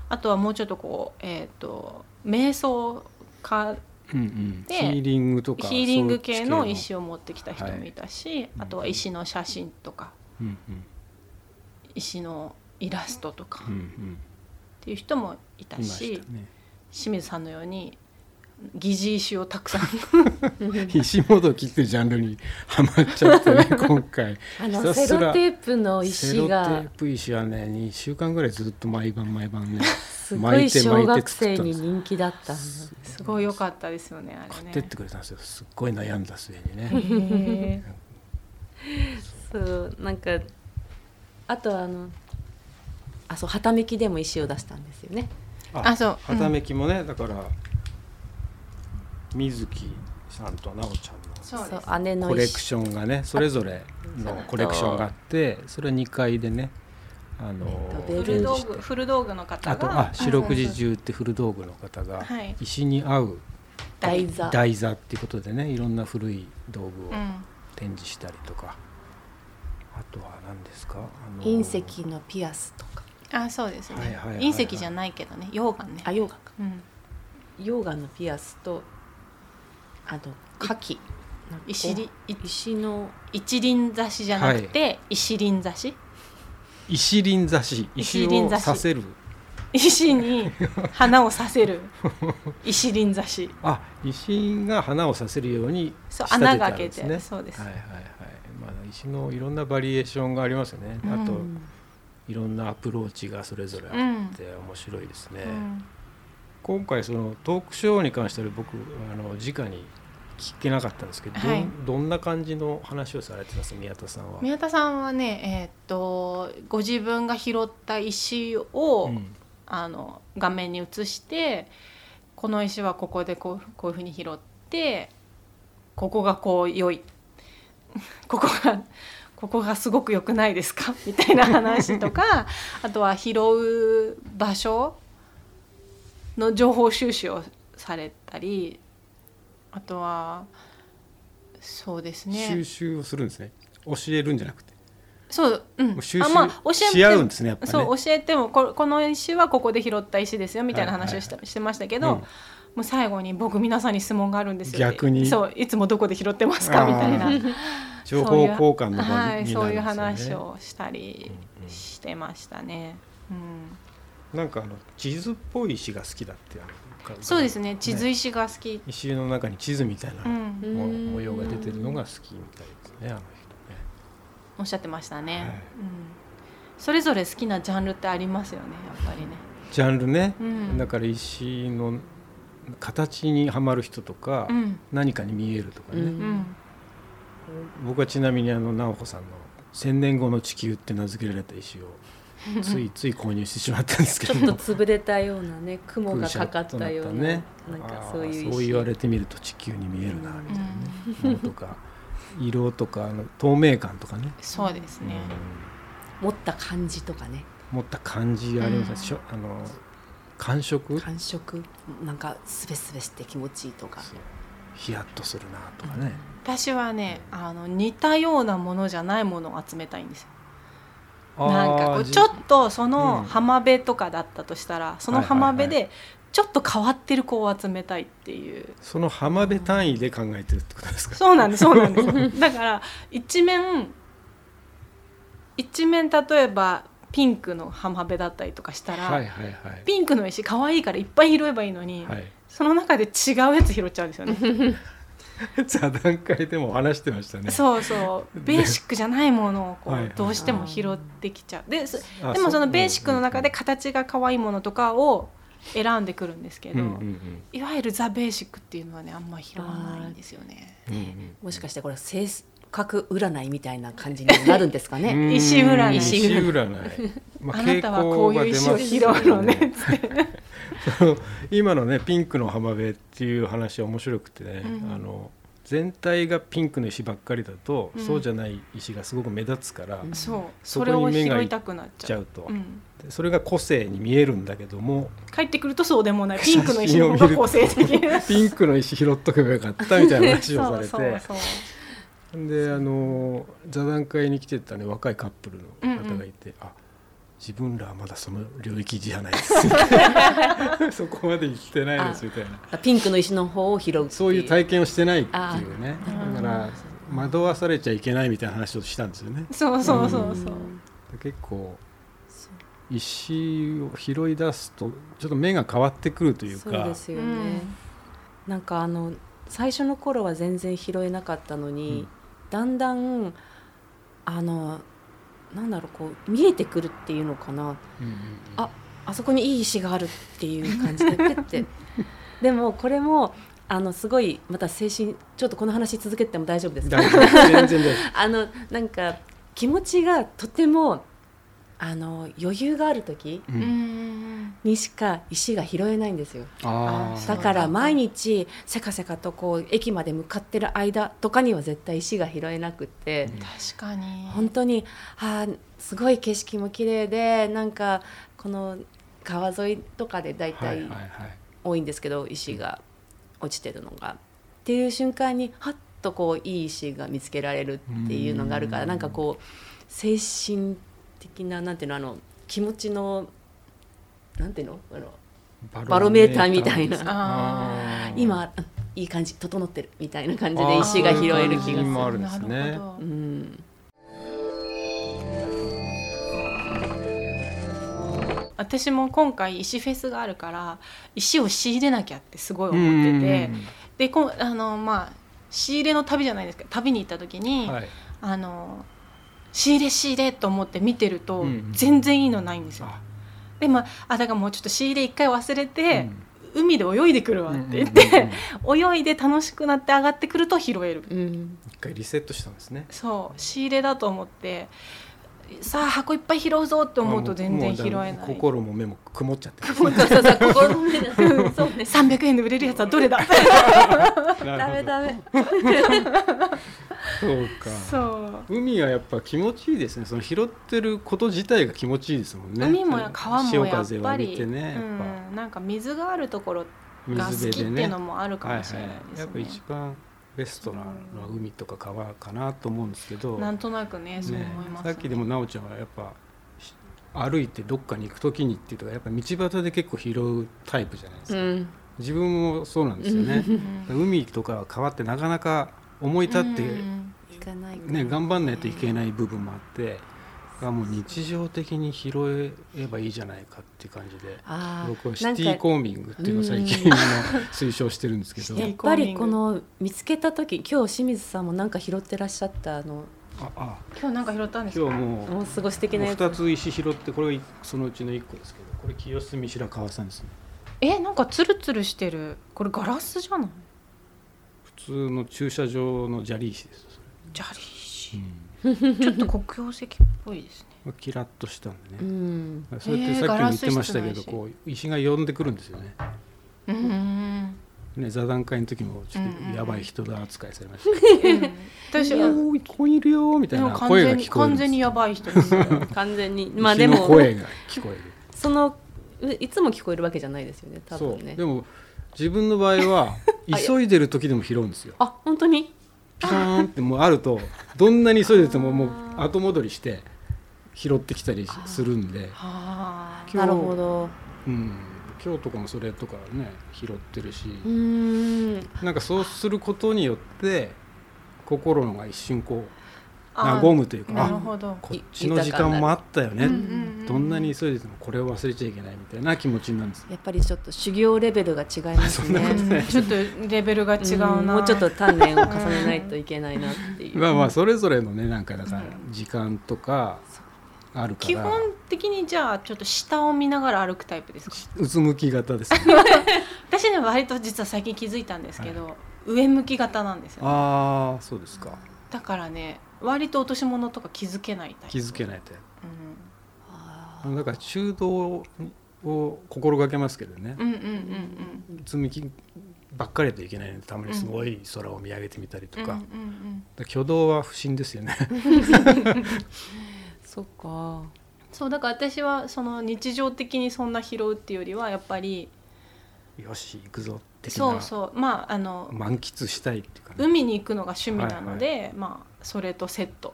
Speaker 2: あとはもうちょっとこうえっ、と瞑想家
Speaker 1: うんうんヒ
Speaker 2: で
Speaker 1: ーリングとか
Speaker 2: ヒーリング系の
Speaker 1: を、
Speaker 2: 石を持ってきた人もいたし、
Speaker 1: うん
Speaker 2: あとは石の写真とか
Speaker 1: うんうん
Speaker 2: 石のイラストとか
Speaker 1: うんう
Speaker 2: っ
Speaker 1: ん、
Speaker 2: ていう人もいた
Speaker 1: いま
Speaker 2: し、
Speaker 1: したね
Speaker 2: 清水さんのように疑似石をたくさ ん
Speaker 1: 石もどきっていうジャンルにはまっちゃ ってね今回
Speaker 3: あ
Speaker 1: ひた
Speaker 3: の
Speaker 1: すら
Speaker 3: セロテープの
Speaker 1: セロ
Speaker 3: 石
Speaker 1: テ
Speaker 3: が
Speaker 1: ープ石はね2週間ぐらいずっと毎晩毎晩ね
Speaker 3: すごい小学生
Speaker 1: ん
Speaker 3: に
Speaker 1: です
Speaker 3: 人気だった
Speaker 2: すごい良かったですよねあ
Speaker 1: 買っ
Speaker 2: れ
Speaker 1: てっ
Speaker 2: ね
Speaker 1: て。くれたんですよすっごい悩んだ末に
Speaker 2: へ
Speaker 1: ね
Speaker 2: ー
Speaker 3: そうなんかあとあのあそうはためきでも石を出したんですよね
Speaker 2: あそう
Speaker 1: はためきもね、だから水木さんと奈緒ちゃ
Speaker 2: そうです
Speaker 3: そう姉
Speaker 1: んの
Speaker 3: の
Speaker 1: コレク
Speaker 3: 石
Speaker 1: ションがねそれぞれのコレクションがあってそれは2階でねあの
Speaker 3: えっと
Speaker 2: フ
Speaker 3: ベ
Speaker 2: ル
Speaker 3: ル
Speaker 2: 道
Speaker 1: 展示
Speaker 2: 具
Speaker 1: して
Speaker 2: フル道具の方
Speaker 1: あと
Speaker 2: が
Speaker 1: あ四六時
Speaker 2: うん
Speaker 1: 中って古道具の方が
Speaker 2: はい
Speaker 1: 石に合う
Speaker 3: 台座
Speaker 1: 台座っていうことでねいろんな古い道具を
Speaker 2: うん
Speaker 1: 展示したりとか、あとは何ですかあの
Speaker 3: 隕石のピアスとか
Speaker 2: あそうですね、
Speaker 1: はいはいはいはい
Speaker 2: 隕石じゃないけどね溶岩ね
Speaker 3: あ溶岩か
Speaker 2: うん、
Speaker 3: 溶岩のピアスとあと牡蠣なんかこう
Speaker 2: 石り
Speaker 3: 石の
Speaker 2: 一輪挿しじゃなくて、石輪挿し
Speaker 1: 石輪挿し石
Speaker 2: 石
Speaker 1: を
Speaker 2: 輪
Speaker 1: 刺
Speaker 2: 挿し
Speaker 1: せる
Speaker 2: 石に花をさ せる石輪挿し
Speaker 1: あ、石が花をさせるように仕
Speaker 2: そう
Speaker 1: 立ててあ
Speaker 2: 穴が
Speaker 1: るん
Speaker 2: 開け
Speaker 1: です
Speaker 2: て
Speaker 1: ね。
Speaker 2: そうです、
Speaker 1: はいはいはい。まあ石のいろんなバリエーションがありますよね。
Speaker 2: うん
Speaker 1: あと
Speaker 3: うん
Speaker 1: いろんなアプローチがそれぞれあって面白いですね。
Speaker 2: うん
Speaker 1: 今回そのトークショーに関しては僕あの直に聞けなかったんですけど、どん
Speaker 2: はい
Speaker 1: どんな感じの話をされてます宮田さんは。
Speaker 2: 宮田さんはね、えーっとご自分が拾った石を、
Speaker 1: うん
Speaker 2: あの画面に映してこの石はここでこうこういうふうに拾ってここがこう良い ここがここがすごく良くないですか みたいな話 とかあとは拾う場所の情報収集をされたりあとはそうですね
Speaker 1: 収集をするんですね。教えるんじゃなくて。
Speaker 2: そう、うん、
Speaker 1: もう収集
Speaker 2: あまあ教えて
Speaker 1: し合うんですねやっぱね
Speaker 2: そう教えてもここの石はここで拾った石ですよみたいな話をした、
Speaker 1: は
Speaker 2: してましたけど、
Speaker 1: うん
Speaker 2: もう最後に僕皆さんに質問があるんですよって
Speaker 1: 逆に
Speaker 2: そういつもどこで拾ってますかみたいな
Speaker 1: あー 情報交換の場にに
Speaker 2: は
Speaker 1: なるんで
Speaker 2: い
Speaker 1: す
Speaker 2: そういう
Speaker 1: よね
Speaker 2: 話をしたり
Speaker 1: うんうん
Speaker 2: してましたね、うん、
Speaker 1: なんかあの地図っぽい石が好きだってあのか
Speaker 2: そうですね地図石が好き、
Speaker 1: 石の中に地図みたいな
Speaker 2: う
Speaker 1: もう
Speaker 2: ん、
Speaker 3: うん
Speaker 1: 模様が出てるのが好きみたいですねあの人
Speaker 2: おっしゃってましたね、
Speaker 1: はい
Speaker 2: うん、それぞれ好きなジャンルってありますよねやっぱりね、
Speaker 1: ねジャンルね
Speaker 2: うん、
Speaker 1: だから石の形にはまる人とか
Speaker 2: うん
Speaker 1: 何かに見えるとか
Speaker 3: う
Speaker 1: ね
Speaker 2: うんん
Speaker 1: 僕はちなみにあの直子さんの「千年後の地球」って名付けられた石 をついつい購入してしまったんですけ
Speaker 3: ちょ
Speaker 1: ど
Speaker 3: っ
Speaker 1: も
Speaker 3: と潰れたような ね雲がかかったような,、
Speaker 1: ね
Speaker 3: なんか
Speaker 1: あ
Speaker 3: そう
Speaker 1: ー
Speaker 3: いう石
Speaker 1: そう言われてみると地球に見えるな
Speaker 3: うん
Speaker 1: みたいなものとか色とかあの透明感とかね、
Speaker 2: そうですね、
Speaker 3: 持った感じとかね
Speaker 1: うん持った感じありますねしょあの感触
Speaker 3: 感触なんかスベスベして気持ちいいとか
Speaker 1: そうヒヤッとするなとかね、
Speaker 2: 私はねあの似たようなものじゃないものを集めたいんですよ
Speaker 1: あー
Speaker 2: なんかこう
Speaker 1: じ
Speaker 2: ちょっとそ
Speaker 1: うん
Speaker 2: の浜辺とかだったとしたら、その浜辺
Speaker 1: は
Speaker 2: でちょっと変わってる子を集めたいっていう
Speaker 1: その浜辺単位で考えてるってことですか
Speaker 2: そうなんですそうな んですだから一面一面例えばピンクの浜辺だったりとかしたら、
Speaker 1: はいはいはい
Speaker 2: ピンクの石可愛いからいっぱい拾えばいいのに、
Speaker 1: はい
Speaker 2: その中で違うやつ拾っちゃうんですよ ね
Speaker 1: 座談会でも話してましたね
Speaker 2: そうそうベーシックじゃないものをこ
Speaker 1: はいはいう
Speaker 2: どうしても拾ってきちゃうでそ
Speaker 1: あ
Speaker 2: でもそのベーシックの中で形が可愛いものとかを選んでくるんですけ
Speaker 1: うん
Speaker 2: ど、
Speaker 1: うんうん
Speaker 2: いわゆるザ・ベーシックっていうのはねあんま拾わないんですよね。
Speaker 1: うんうん
Speaker 3: もしかしてこれ性格占いみたいな感じになるんですかね
Speaker 1: うん
Speaker 2: 石占い
Speaker 1: 石占い、ま
Speaker 2: あなたはこういう石を拾うのねっつって
Speaker 1: あの今のねピンクの浜辺っていう話は面白くてね、
Speaker 2: うん
Speaker 1: あの全体がピンクの石ばっかりだと、
Speaker 2: うん
Speaker 1: そうじゃない石がすごく目立つから、
Speaker 3: うん
Speaker 2: そう
Speaker 1: そ
Speaker 2: そ
Speaker 1: こ
Speaker 2: れを
Speaker 1: に目が
Speaker 2: 拾いたくなっ
Speaker 1: ち
Speaker 2: ちゃ
Speaker 1: ゃ
Speaker 2: う。
Speaker 1: うと、
Speaker 2: うん、
Speaker 1: でそれが個性に見えるんだけども
Speaker 2: 帰ってくるとそうでもないピンクの石の方が個性的
Speaker 1: ピンクの石拾っとけばよかったみたいな話を
Speaker 2: そ
Speaker 1: さ
Speaker 2: う
Speaker 1: れて
Speaker 2: そうそう
Speaker 1: であの座談会に来てたね若いカップルの方がいて、あ自分らはまだその領域じゃないです そこまで行ってないですみたいな
Speaker 3: ピンクの石の方を拾うっていう
Speaker 1: そういう体験をしてないっていうね
Speaker 2: あ
Speaker 1: だから惑わされちゃいけないみたいな話をしたんですよね
Speaker 2: そうそうそうそう
Speaker 1: 結構石を拾い出すとちょっと目が変わってくるという
Speaker 3: そう
Speaker 1: か
Speaker 3: ですよね、なんかあの最初の頃は全然拾えなかったのに、
Speaker 1: うん
Speaker 3: だんだんあのなんだろうこう見えてくるっていうのかな
Speaker 1: うんうん
Speaker 3: ああそこにいい石があるっていう感じでペッ てでもこれもあのすごいまた精神ちょっとこの話続けても大丈夫で
Speaker 1: うん
Speaker 3: すか
Speaker 1: 大丈夫全然大丈
Speaker 3: あのなんか気持ちがとてもあの余裕がある時
Speaker 1: 夫、う
Speaker 2: うん
Speaker 1: ん、
Speaker 3: にしか石が拾えないんですよ
Speaker 1: あー
Speaker 3: だから毎日せかせかとこう駅まで向かってる間とかには絶対石が拾えなくって、
Speaker 1: うん
Speaker 2: 確かに
Speaker 3: 本当にあーすごい景色も綺麗でなんかこの川沿いとかで大
Speaker 1: はい
Speaker 3: 体
Speaker 1: はいはい
Speaker 3: 多いんですけど石が落ちてるのが。っていう瞬間にはっとこういい石が見つけられるっていうのがあるか
Speaker 1: う
Speaker 3: ら
Speaker 1: ん
Speaker 3: なんかこう精神的ななんていうのあの気持ちのなんていうのあの
Speaker 1: バ
Speaker 3: バロメーターみたい
Speaker 1: で
Speaker 3: な
Speaker 1: すねあー
Speaker 3: 今うんいい感じ整ってるみたいな感じ
Speaker 1: あ
Speaker 3: で
Speaker 1: ー
Speaker 3: 石が拾える
Speaker 1: そう
Speaker 3: 気
Speaker 1: いう感じ
Speaker 3: が
Speaker 1: もあるんですね
Speaker 2: なるほ
Speaker 3: う
Speaker 2: ど
Speaker 3: ん
Speaker 2: 私も今回石フェスがあるから石を仕入れなきゃってすごい思っててでこんあのまあ仕入れの旅じゃないですけど旅に行った時
Speaker 1: う
Speaker 2: に、
Speaker 1: んはい、
Speaker 2: あの仕入れ仕入れと思って見てると、
Speaker 1: うんうん
Speaker 2: 全然いいのないんですよ。
Speaker 1: あ
Speaker 2: でまああだからもうちょっと仕入れ一回忘れて、
Speaker 1: うん
Speaker 2: 海で泳いでくるわって言っ
Speaker 1: うんうんうんうん、
Speaker 2: て泳いで楽しくなって上がってくると拾える
Speaker 3: うん
Speaker 1: 一回リセットしたんですね
Speaker 2: そう仕入れだと思ってさあ箱いっぱい拾うぞって思うと全然拾えな
Speaker 1: あ
Speaker 2: い
Speaker 1: もうもうだ心も目も曇っちゃってる
Speaker 3: そうそうそう心の目だそうね
Speaker 2: 300円で売れるやつはどれだ
Speaker 1: ダ
Speaker 3: ダメダメ
Speaker 1: そうか
Speaker 2: そう
Speaker 1: 海はやっぱ気持ちいいですねその拾ってること自体が気持ちいいですもんね
Speaker 2: 海も川もやっ
Speaker 1: 潮風を
Speaker 2: ぱ
Speaker 1: 浴
Speaker 2: り
Speaker 1: びてねやっ
Speaker 2: うん、なんか水があるところ
Speaker 1: ぱ
Speaker 2: が好
Speaker 1: 水
Speaker 2: きって
Speaker 1: 辺
Speaker 2: い
Speaker 1: でね
Speaker 2: うのもあるか
Speaker 1: はい
Speaker 2: も
Speaker 1: は
Speaker 2: しれない
Speaker 1: いや
Speaker 2: です
Speaker 1: っぱ
Speaker 2: ね
Speaker 1: 一番レストランの海とか川かなと思うんですけど、
Speaker 2: なんとなくねそう思います、
Speaker 1: さっきでも奈緒ちゃんはやっぱし歩いてどっかに行く時にっていうとかやっぱ道端で結構拾うタイプじゃないです
Speaker 3: う
Speaker 1: か、
Speaker 3: ん
Speaker 1: 自分もそうなんですよね
Speaker 2: う
Speaker 1: 海とか川ってなかなか思い立って、
Speaker 2: うん
Speaker 3: 行かないか
Speaker 1: ね、頑張んないといけない部分もあって、あもう日常的に拾えればいいじゃないかっていう感じで
Speaker 3: あ
Speaker 1: 僕は
Speaker 3: ー
Speaker 1: シ
Speaker 3: なん
Speaker 1: ティ
Speaker 3: か
Speaker 1: コーミングっていうのを最近あの推奨してるんですけど
Speaker 3: やっぱりこの見つけた時今日清水さんもなんか拾ってらっしゃったあの
Speaker 1: ああ
Speaker 2: 今日なんか拾ったんですか
Speaker 1: 今日もう
Speaker 3: もうすごい素敵なやつ
Speaker 1: 2つ石拾ってこれがそのうちの1個ですけどこれ清澄白河さんですね
Speaker 2: えなんかツルツルしてるこれガラスじゃない
Speaker 1: 普通の駐車場の砂利石ですそ
Speaker 2: 砂利石
Speaker 1: れ、
Speaker 2: ちょっと黒曜石っぽ いですね
Speaker 1: キラッとしたんでね、
Speaker 3: うん
Speaker 1: そうやってさっきも言ってましたけ
Speaker 2: ガラ
Speaker 1: ど
Speaker 2: ス質の石
Speaker 1: こう石が呼んでくるんですよね
Speaker 2: うーん
Speaker 1: ね座談会の時もちょっとやばい人だ扱いされましたけど
Speaker 2: うん私は
Speaker 1: おーここにいるよみたい
Speaker 2: でも
Speaker 1: な
Speaker 2: 完
Speaker 1: 声
Speaker 2: 全
Speaker 1: が
Speaker 2: に
Speaker 1: 聞こえる
Speaker 2: 完
Speaker 1: んです
Speaker 2: 全にやばい 人ですよ
Speaker 3: 完全にまあ
Speaker 1: 牛
Speaker 3: で
Speaker 1: の
Speaker 3: も
Speaker 1: 声が聞こえる
Speaker 3: そのういつも聞こえるわけじゃないですよね多
Speaker 1: そ
Speaker 3: 分
Speaker 1: う
Speaker 3: ね
Speaker 1: でも自分の場合は急いでる時でも拾うんですよ
Speaker 3: あ本当に
Speaker 1: ピカーンってもうあるとどんなに急いでてももう後戻りして拾ってきたりしするんで、
Speaker 2: はあ
Speaker 1: 今日
Speaker 3: なるほど
Speaker 1: うん、今日とかもそれとかね拾ってるし、
Speaker 3: うーん
Speaker 1: なんかそうすることによって心が一瞬こう
Speaker 2: あ
Speaker 1: 和むというか
Speaker 2: なる
Speaker 1: あ
Speaker 2: ほど
Speaker 1: こっちの時間もあったよね、
Speaker 2: うんうんうん
Speaker 1: どんなに急いでてもこれを忘れちゃいけないみたいな気持ちになるんです
Speaker 3: やっぱりちょっと修行レベルが違います
Speaker 1: そんなこと
Speaker 3: ね
Speaker 1: ない
Speaker 2: ちょっとレベルが違うな、
Speaker 3: んもうちょっと鍛錬を重ねないといけないなっていう
Speaker 1: まあまあそれぞれのねなんかだから時間とかあるから
Speaker 2: 基本的にじゃあちょっと下を見ながら歩くタイプですか
Speaker 1: うつむき型ですね
Speaker 2: 私ね割と実は最近気づいたんですけど、上向き型なんですよ
Speaker 1: ああそうですか
Speaker 2: だからね割と落とし物とか気づけないタイプ
Speaker 1: 気づけないタイ
Speaker 2: う
Speaker 3: あ
Speaker 1: プだから中道を心がけますけどね
Speaker 2: ん、うんうんうんうん
Speaker 1: うつむきばっかりだといけないのでたまにすごい空を見上げてみたりとか,、
Speaker 2: うん
Speaker 1: だか
Speaker 2: うんうん
Speaker 1: ら挙動は不審ですよね
Speaker 3: ーそっか
Speaker 2: そうだから私はその日常的にそんな拾うっていうよりはやっぱり
Speaker 1: よし行くぞ的
Speaker 2: そ
Speaker 1: な
Speaker 2: うそうまああの、
Speaker 1: 満喫したいっていうか、ね、
Speaker 2: 海に行くのが趣味なので、まあそれとセット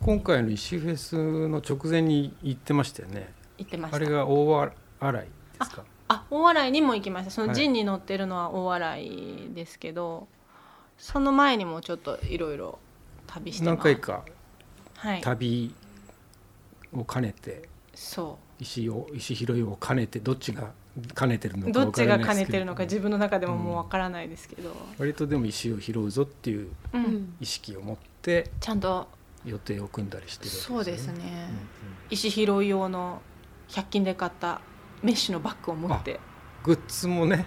Speaker 1: 今回の石フェスの直前に行ってましたよね
Speaker 2: 行ってました
Speaker 1: あれが大洗ですか
Speaker 2: あ大洗にも行きましたその
Speaker 1: はい
Speaker 2: 陣に乗ってるのは大洗ですけど、その前にもちょっといろいろ旅してま
Speaker 1: 何
Speaker 2: す
Speaker 1: 回か
Speaker 2: はい
Speaker 1: 旅を兼ねて
Speaker 2: そ
Speaker 1: 石を石拾いを兼ねてどっちが兼ねてるのか
Speaker 2: うどっ
Speaker 1: 分か
Speaker 2: ち
Speaker 1: ら
Speaker 2: が
Speaker 1: ないで
Speaker 2: 兼
Speaker 1: す
Speaker 2: ね
Speaker 1: け
Speaker 2: てるのか自分の中でももう
Speaker 1: うん
Speaker 2: わからないですけど、
Speaker 1: 割とでも石を拾うぞっていう
Speaker 2: うん
Speaker 1: 意識を持って
Speaker 2: ちゃんと
Speaker 1: 予定を組んだりしてるわけ
Speaker 2: そうですね、
Speaker 1: うんうん
Speaker 2: 石拾い用の100均で買ったメッシュのバッグを持って
Speaker 1: グッズもね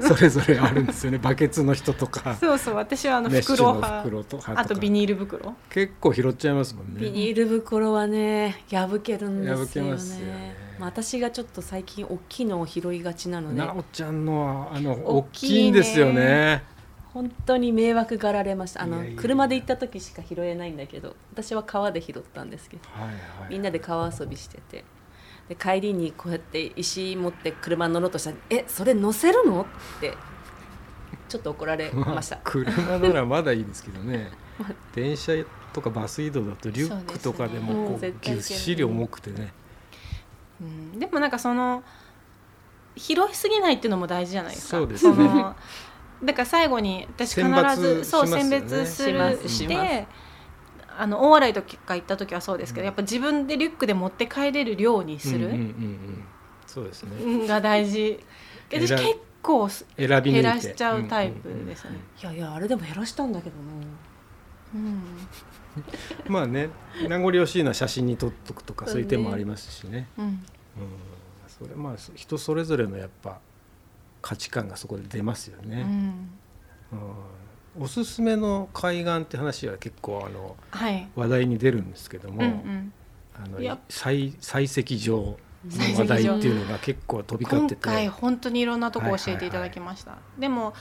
Speaker 1: それぞれあるんですよねバケツの人とか
Speaker 2: そうそう私はあの
Speaker 1: メッシ
Speaker 2: 袋
Speaker 1: ュの
Speaker 2: 派
Speaker 1: 袋とか
Speaker 2: あとビニール袋
Speaker 1: 結構拾っちゃいますもんね
Speaker 3: ビニール袋はね破けるんですよね
Speaker 1: 破けますよね
Speaker 3: まあ、私がちょっと最近大きいのを拾いがちなので
Speaker 1: なおちゃんのはあの
Speaker 2: 大
Speaker 1: 大
Speaker 2: きいね
Speaker 1: きいんですよね
Speaker 3: 本当に迷惑がられましたあの
Speaker 1: いやいやいや
Speaker 3: 車で行った時しか拾えないんだけど私は川で拾ったんですけど
Speaker 1: はいはい
Speaker 3: みんなで川遊びしててで帰りにこうやって石持って車に乗ろうとしたら「えそれ乗せるの?」ってちょっと怒られました
Speaker 1: 車ならまだいいですけどね電車とかバス移動だとリュックとかでもこ
Speaker 3: そう
Speaker 1: うぎ
Speaker 3: ですねも
Speaker 1: っ
Speaker 3: う絶対
Speaker 1: しり重くてね
Speaker 2: うん、でもなんかその拾いすぎないっていうのも大事じゃないですか
Speaker 1: そうですね
Speaker 2: のだから最後に私必
Speaker 1: 選抜
Speaker 2: ずそう
Speaker 1: しますよ
Speaker 2: 選
Speaker 1: ね
Speaker 2: 別す
Speaker 3: し
Speaker 2: る
Speaker 3: ます
Speaker 2: し
Speaker 3: します
Speaker 2: てあの大洗とか行った時はそうですけど、やっぱ自分でリュックで持って帰れる量にす
Speaker 1: うんうんうん
Speaker 2: る、
Speaker 1: うんそうですね
Speaker 2: うんが大事
Speaker 1: 偉い
Speaker 2: 私結構す
Speaker 1: 選び抜いて
Speaker 2: 減らしちゃうタイプですね
Speaker 1: うんうん
Speaker 3: いやいやあれでも減らしたんだけどな
Speaker 2: うん
Speaker 1: うんまあね名残惜しいのは写真に撮っとくとかそういう手もありますしね
Speaker 2: うん
Speaker 1: うんそれまあ人それぞれのやっぱ価値観がそこで出ますよ
Speaker 2: う
Speaker 1: ね、
Speaker 2: ん
Speaker 1: うんおすすめの海岸って話は結構あの
Speaker 2: はい
Speaker 1: 話題に出るんですけども、
Speaker 2: うんうん
Speaker 1: あの
Speaker 2: いや
Speaker 1: 採採石場
Speaker 3: 採
Speaker 1: の
Speaker 3: 石
Speaker 1: 話
Speaker 3: 場
Speaker 1: 題っていうのが結構飛び交
Speaker 2: 今
Speaker 1: ってて
Speaker 2: 回本当にいろんなとこ教えていただきました、でも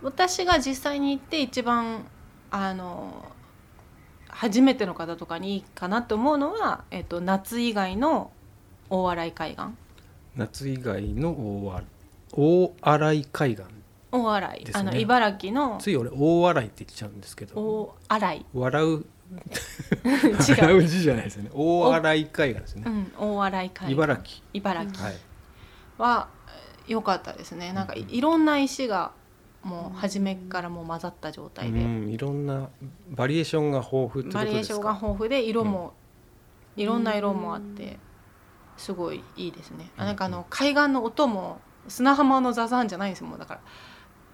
Speaker 2: 私が実際に行って一番あの初めての方とかにいいかなと思うのは、えっと、夏以外の大洗海岸
Speaker 1: 夏以外の大洗大洗海岸
Speaker 2: 大洗、
Speaker 1: ですね
Speaker 2: あの茨城の
Speaker 1: つい俺大洗って言っちゃうんですけど
Speaker 2: 大洗
Speaker 1: 笑う
Speaker 2: 違
Speaker 1: 笑
Speaker 2: う、
Speaker 1: う字じゃないですよね大洗海岸です
Speaker 2: う
Speaker 1: ね、
Speaker 2: ん、大洗海岸
Speaker 1: 茨城
Speaker 2: 茨城
Speaker 1: はい
Speaker 2: は良かったですねなんかいいろんな石がもう初めからもう混ざった状態
Speaker 1: う
Speaker 2: で、
Speaker 1: ん、いろんなバリエーションが豊富ってこと
Speaker 2: バリエー
Speaker 1: で
Speaker 2: シ
Speaker 1: す
Speaker 2: ョンが
Speaker 1: か
Speaker 2: 豊富で色も、いろんな色もあってすごいいいですね、あなんかあの海岸の音も砂浜のザザンじゃないんですよもうだから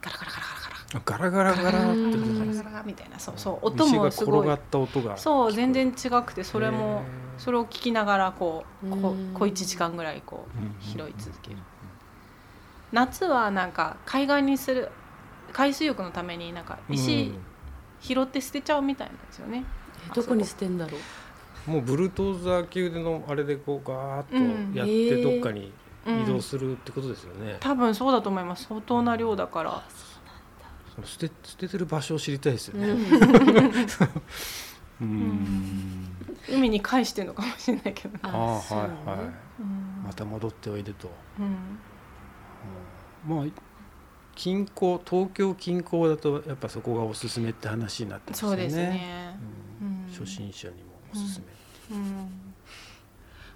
Speaker 2: ガラガラガラガラガラ
Speaker 1: あガラガラガラってことじゃないですか
Speaker 2: みたいなそうそう音もす
Speaker 1: 石
Speaker 2: ご
Speaker 1: が
Speaker 2: い
Speaker 1: 転がった音が
Speaker 2: そう全然違くてそれもそれを聞きながらこうこ
Speaker 3: うん
Speaker 2: 小1時間ぐらいこ
Speaker 1: うん
Speaker 2: う拾い続ける夏はなんか海岸にする海水浴のためになんか石拾って捨てちゃうみたいなんですよね、
Speaker 3: えどこに捨てんだろう
Speaker 1: うんもうブルドーザー級のあれでこうガーッとやっ
Speaker 3: う
Speaker 1: て
Speaker 3: ん
Speaker 1: どっかに
Speaker 2: うん
Speaker 1: 移動するってことですよね、
Speaker 2: 多分そうだと思います相当な量だから
Speaker 1: その捨て捨ててる場所を知りたいですよね、うん
Speaker 2: 海に返してるのかもしれないけど、ね
Speaker 1: ああ
Speaker 3: そう
Speaker 1: はい
Speaker 3: ね
Speaker 1: はい
Speaker 2: うん
Speaker 1: また戻っておいでと、
Speaker 2: うん
Speaker 1: うんまあ近郊東京近郊だとやっぱそこがおすすめって話になってます
Speaker 2: そ
Speaker 1: よ
Speaker 2: う
Speaker 1: ね
Speaker 2: ですね、
Speaker 1: うん
Speaker 2: うん
Speaker 1: 初心者にもおすすめ、
Speaker 2: うん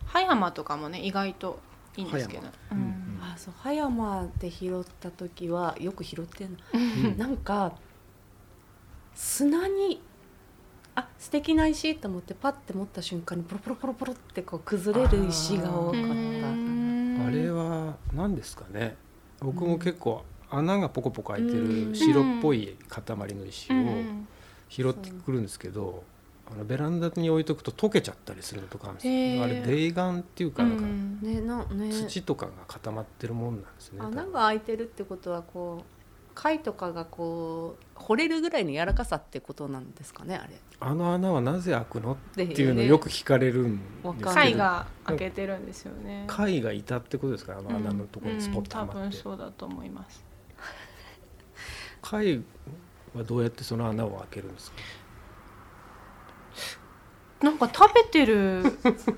Speaker 2: 葉山とかもね意外といいんですけど
Speaker 1: 葉、
Speaker 2: う
Speaker 1: 山
Speaker 2: ん
Speaker 3: あそう葉山で拾った時はよく拾ってんの
Speaker 1: うん
Speaker 3: なんか砂にあ素敵な石と思ってパッて持った瞬間にポロポロポロポロってこう崩れる石が多か
Speaker 1: あ
Speaker 3: った
Speaker 1: れ
Speaker 2: は
Speaker 1: は何ですかね僕
Speaker 3: う
Speaker 1: も
Speaker 3: ん
Speaker 1: 結構穴がポコポコ開いて
Speaker 3: う
Speaker 1: る
Speaker 3: ん
Speaker 1: 白っぽい塊の石を拾ってくるんですけど、あのベランダに置いとくと溶けちゃったりするのとかあるんですよ
Speaker 2: へー
Speaker 1: あれ泥岩っていうかなんか
Speaker 3: ねなね
Speaker 1: 土とかが固まってるもんなんですね。
Speaker 3: 穴が開いてるってことはこう貝とかがこう掘れるぐらいの柔らかさってことなんですかねあれ
Speaker 1: あの穴はなぜ開くの
Speaker 3: で
Speaker 1: っていうのをよく聞かれるんですけど
Speaker 3: わかる
Speaker 2: 貝が開けてるんですよね
Speaker 1: 貝がいたってことですかあの穴のところにスポッとは
Speaker 2: うん
Speaker 1: ま
Speaker 2: 多
Speaker 1: って、
Speaker 2: 分そうだと思います
Speaker 1: 貝はどうやってその穴を開けるんですか
Speaker 2: なんか食べ てる食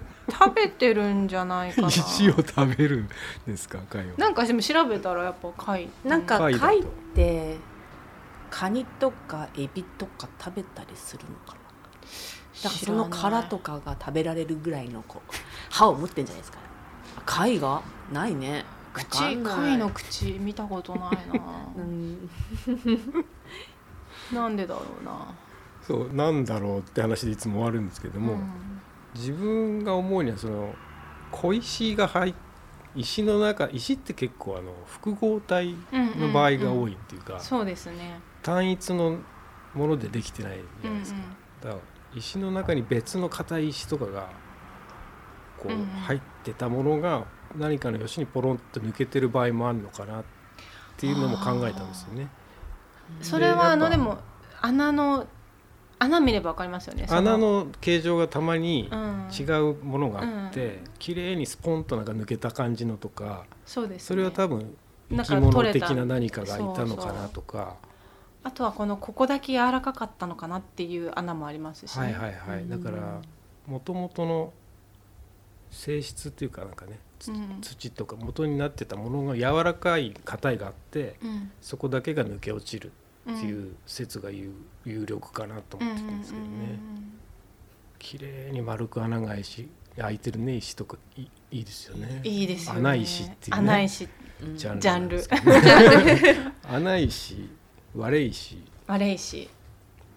Speaker 2: べてるんじゃないかな
Speaker 1: 石を食べるんですか貝は
Speaker 2: なんかでも調べたらやっぱ貝
Speaker 3: なんか
Speaker 1: 貝だと
Speaker 3: 貝ってカニとかエビとか食べたりするのかなだからその殻とかが食べられるぐらいのこう歯を持ってんじゃないですか貝がないね
Speaker 2: 口
Speaker 3: わかんない
Speaker 2: 貝の口見たことないな
Speaker 3: うん
Speaker 2: なんでだろうな
Speaker 1: そうなんだろうって話でいつも終わるんですけども、
Speaker 2: ん
Speaker 1: 自分が思うにはその小石が入っ石の中石って結構あの複合体の場合が
Speaker 2: うんうん
Speaker 1: 多
Speaker 2: うん
Speaker 1: いっていうか、
Speaker 2: そうですね
Speaker 1: 単一のものでできてないじゃないですか、
Speaker 2: うんう
Speaker 1: だか
Speaker 2: ん
Speaker 1: ら石の中に別の硬い石とかがこ
Speaker 2: うんうん
Speaker 1: う入ってたものが何かのよしにポロンと抜けてる場合もあるのかなっていうのも考えたんですよね。
Speaker 2: それはあの
Speaker 1: で
Speaker 2: で
Speaker 1: やっぱ
Speaker 2: も穴の穴見ればわかりますよねそ
Speaker 1: 穴の形状がたまに
Speaker 2: うん
Speaker 1: 違うものがあって、綺麗にスポンとなんか抜けた感じのとか
Speaker 2: そうです、ね、
Speaker 1: それは多分生き
Speaker 2: なんか取
Speaker 1: 物
Speaker 2: れ
Speaker 1: 的
Speaker 2: た
Speaker 1: な何かがいたのかなとか
Speaker 2: あとはこのここだけ柔らかかったのかなっていう穴もありますしね、
Speaker 1: はいはいはいだからもともとの性質っていうかなんかねつ
Speaker 2: うん
Speaker 1: 土とか元になってたものが柔らかい硬いがあって
Speaker 2: うん
Speaker 1: そこだけが抜け落ちる
Speaker 2: うん
Speaker 1: っていう説が有有力かなと
Speaker 2: うん
Speaker 1: 思ってたんですけど
Speaker 2: うんうん
Speaker 1: ね綺麗に丸く穴が開いし開いてるね石とかいいいですよね
Speaker 2: うん。いいですよね
Speaker 1: 穴石っていうね
Speaker 2: 穴石
Speaker 3: うん
Speaker 1: ジ
Speaker 2: ジ
Speaker 1: ャ
Speaker 2: ャ
Speaker 1: ン
Speaker 2: ン
Speaker 1: ル
Speaker 2: ル
Speaker 1: なんですけど ね穴石割れ石
Speaker 2: あれ石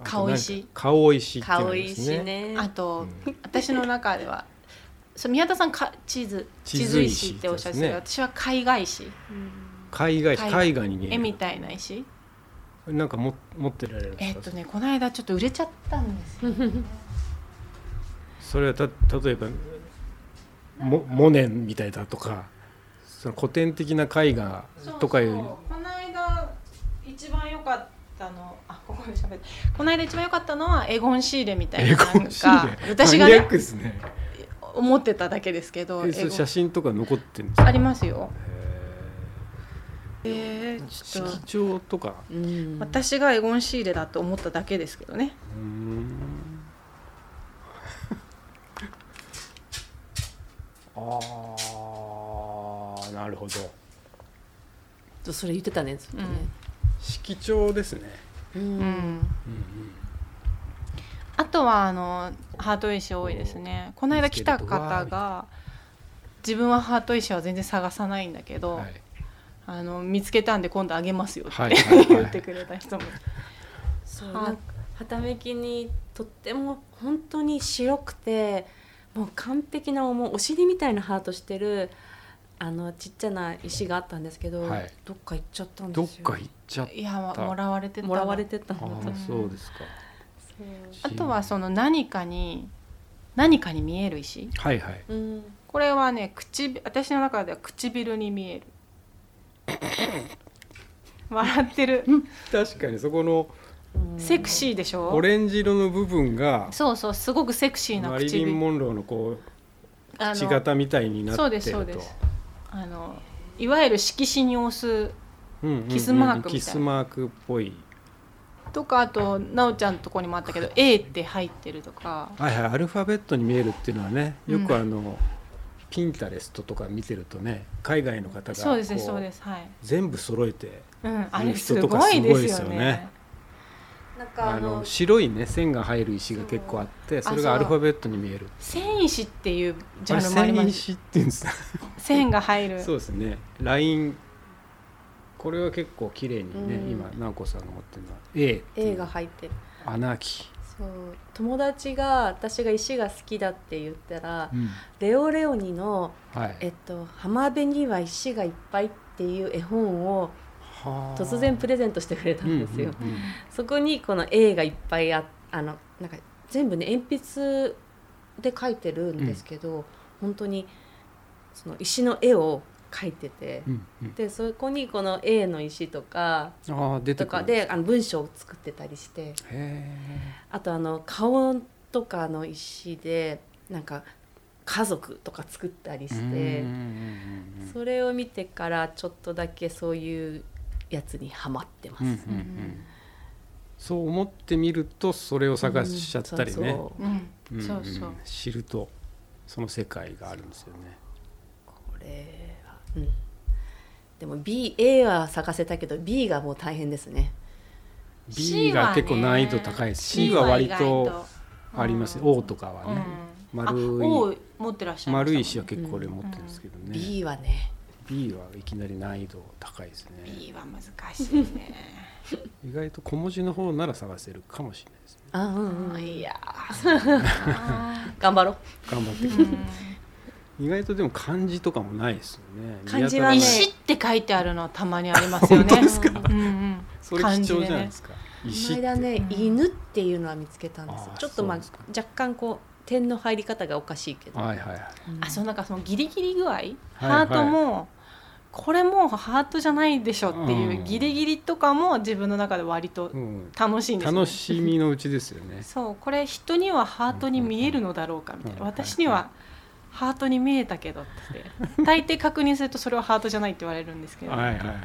Speaker 1: あとなんか
Speaker 2: 顔石
Speaker 1: 顔石っていうの
Speaker 3: 顔
Speaker 1: があるんで
Speaker 3: い
Speaker 1: す
Speaker 3: し
Speaker 1: ね
Speaker 3: ね
Speaker 2: あと、
Speaker 1: うん
Speaker 2: 私の中ではそう宮田さんか地図
Speaker 1: 地
Speaker 2: 地
Speaker 1: 図
Speaker 2: 図
Speaker 1: 石
Speaker 2: 石っておっしゃるんですけど
Speaker 1: で
Speaker 2: 私は海外石
Speaker 1: 海外石海
Speaker 2: 海
Speaker 1: 外に見え
Speaker 2: 絵み
Speaker 1: る
Speaker 2: たいな石
Speaker 1: なんかも持ってられるんです
Speaker 2: えっ
Speaker 1: か、
Speaker 2: とねこの間ちょっと売れちゃったんですよ
Speaker 1: それはた例えばモモネンみたいだとかその古典的な絵画とかより
Speaker 2: そうそうこの間一番良かったのあここで喋ってこの間一番良かったのはエゴン・シーレみたいな
Speaker 1: えこ
Speaker 2: なん
Speaker 1: うしいね
Speaker 2: か私が
Speaker 1: マニア
Speaker 2: ね
Speaker 1: ックですね
Speaker 2: 思ってただけですけど
Speaker 1: え
Speaker 2: エ
Speaker 1: そ
Speaker 2: ゴ
Speaker 1: れ
Speaker 2: ン
Speaker 1: 写真とか残ってるんです
Speaker 2: あ
Speaker 1: か
Speaker 2: りますよ
Speaker 1: へ
Speaker 2: えー、
Speaker 1: ー
Speaker 2: ちょっ
Speaker 1: 色調
Speaker 2: と
Speaker 1: とか
Speaker 3: うん
Speaker 2: 私がエゴン・シーレだと思っただけですけどね
Speaker 1: うーんああなるほど
Speaker 3: それ言ってたねずっとね
Speaker 2: うん
Speaker 1: 色調ですね、
Speaker 3: う
Speaker 2: うんん、あとはあのハート石多いですねこの間来た方が自分はハート石は全然探さないんだけ
Speaker 1: う
Speaker 2: ど、
Speaker 1: んはい
Speaker 2: あの見つけたんで今度あげますよって、
Speaker 1: はいはいはい
Speaker 2: 言 ってくれた人も
Speaker 3: そうな
Speaker 2: は
Speaker 3: んかはためきにとっても本当に白くてもう完璧なもうお尻みたいなハートしてるあのちっちゃな石があったんですけど、
Speaker 1: はい
Speaker 3: どっか行っちゃったん
Speaker 1: ど
Speaker 3: で
Speaker 1: っ
Speaker 3: すよ
Speaker 1: か行っちゃっ
Speaker 2: いやま
Speaker 1: た
Speaker 2: もらわれてた
Speaker 3: もらわれてた
Speaker 1: た
Speaker 3: の
Speaker 1: あ
Speaker 3: と
Speaker 1: あそうですか
Speaker 2: あとはその何かに何かに見える石
Speaker 1: はいはい
Speaker 3: うん
Speaker 2: これはね唇私の中では唇に 見える笑ってる
Speaker 1: 確かにそこの
Speaker 3: うん
Speaker 2: セクシーでしょ
Speaker 1: オレンジ色の部分が
Speaker 2: そうそうすごくセクシーな
Speaker 1: マリリン・
Speaker 2: 唇
Speaker 1: モンローのこう
Speaker 2: あ
Speaker 1: 口
Speaker 2: の
Speaker 1: 型みたいになって
Speaker 2: そう
Speaker 1: ると
Speaker 2: ですそうですあのいわゆる色紙に押す
Speaker 1: うんうんうん
Speaker 2: キスマークみたいな
Speaker 1: キスマークっぽい
Speaker 2: とかあと奈緒ちゃんのとこにもあったけど A って入ってるとか
Speaker 1: はいはいアルファベットに見えるっていうのはねよ
Speaker 2: う
Speaker 1: く
Speaker 2: ん
Speaker 1: あの、ピンタレストとか見てるとね海外の方が
Speaker 2: そうですね
Speaker 1: こう
Speaker 2: そうですはい、
Speaker 1: 全部揃えて
Speaker 2: うん、あ
Speaker 1: 見
Speaker 2: れ
Speaker 1: る
Speaker 2: す
Speaker 1: 人とか
Speaker 2: ごいで
Speaker 1: すご
Speaker 2: すよ
Speaker 1: いですよ
Speaker 2: ね
Speaker 1: ね
Speaker 3: なんか
Speaker 1: あ
Speaker 3: あの
Speaker 1: の白いね線が入る石が結構あって
Speaker 2: そう
Speaker 1: それがアルファベットに見える
Speaker 2: 繊維石っていうジ
Speaker 1: あれ
Speaker 2: ャンルもあり
Speaker 1: 線
Speaker 2: ます
Speaker 1: 石っていうんですね
Speaker 2: 線が入る
Speaker 1: そうですねラインこれは結構綺麗にね、
Speaker 3: うん
Speaker 1: 今直子さんが持ってるのは A ってい
Speaker 3: A
Speaker 1: う
Speaker 3: が入ってる
Speaker 1: アナーキ
Speaker 3: そう友達が私が石が好きだって言ったら
Speaker 1: ー、うん
Speaker 3: レオレオニの
Speaker 1: はい
Speaker 3: えっと「浜辺には石がいっぱい」っていう絵本を
Speaker 1: はあ
Speaker 3: 突然プレゼントしてくれたんですよ。
Speaker 1: うんうんうん
Speaker 3: そこにこの絵がいっぱいああのなんか全部ね鉛筆で描いてるんですけど、本当にその石の絵を描いてて、
Speaker 1: うんうん
Speaker 3: でそこにこの A の石とか
Speaker 1: ああ出て
Speaker 3: と
Speaker 1: くる
Speaker 3: か
Speaker 1: んで
Speaker 3: であの文章を作ってたりして
Speaker 1: すへ
Speaker 3: あとあの顔とかの石でなんか家族とか作ったり
Speaker 1: え
Speaker 3: して。
Speaker 1: うんうんうんうん
Speaker 3: それを見てからちょっとだけそういうやつにハマってます。
Speaker 1: うんうんうんそう思ってみるとそれを探しちゃったりね、
Speaker 3: そうそう
Speaker 2: うん
Speaker 1: んん
Speaker 2: そうそう
Speaker 1: 知るとその世界があるんですよね
Speaker 3: これは、うん、でも BA は探せたけど B がもう大変ですね
Speaker 1: B が結構難易度高いです C は割とあります、
Speaker 2: ね
Speaker 1: ね
Speaker 2: うん
Speaker 1: O とかはね、
Speaker 2: うん
Speaker 1: 丸い
Speaker 2: あ O 持ってらっしゃいましたもんね
Speaker 1: 丸い石は結構俺持ってるんですけどね、
Speaker 3: B はね
Speaker 1: B はいきなり難易度高いですね
Speaker 2: B は難しいね
Speaker 1: 意外と小文字の方なら探せるかもしれないですね
Speaker 3: あうんう
Speaker 2: う
Speaker 3: んん
Speaker 2: い
Speaker 3: い
Speaker 2: や
Speaker 3: や
Speaker 2: あ
Speaker 3: 頑張ろう
Speaker 1: 頑張ってくだ
Speaker 2: ー
Speaker 1: さい、意外とでも漢字とかもないですよね
Speaker 3: 漢字
Speaker 2: う
Speaker 3: はね
Speaker 2: ん
Speaker 1: 見当たらない
Speaker 2: 石って書いてあるのたまにありますよね本当ですか、うんうん、
Speaker 1: それ貴重じゃないですか、石っ
Speaker 3: こ
Speaker 1: て
Speaker 3: の間ね
Speaker 2: うん
Speaker 3: 犬っていうのは見つけたんですよ
Speaker 1: あー
Speaker 3: ちょっとまあ
Speaker 1: そう
Speaker 3: 若干こう点の入り方がおかしいけど、
Speaker 1: はいはいはい
Speaker 3: うん
Speaker 2: あそうなんかそのギリギリ具合、ハートもこれもうハートじゃないでしょっていううんギリギリとかも自分の中で割と
Speaker 1: うん、
Speaker 2: 楽しいんですよね
Speaker 1: 楽しみのうちですよね
Speaker 2: そうこれ人にはハートに見えるのだろうかみたいな
Speaker 1: うんうんうん
Speaker 2: 私にはハートに見えたけどって大抵確認するとそれはハートじゃないって言われるんですけど、
Speaker 1: はいはいはい
Speaker 2: うん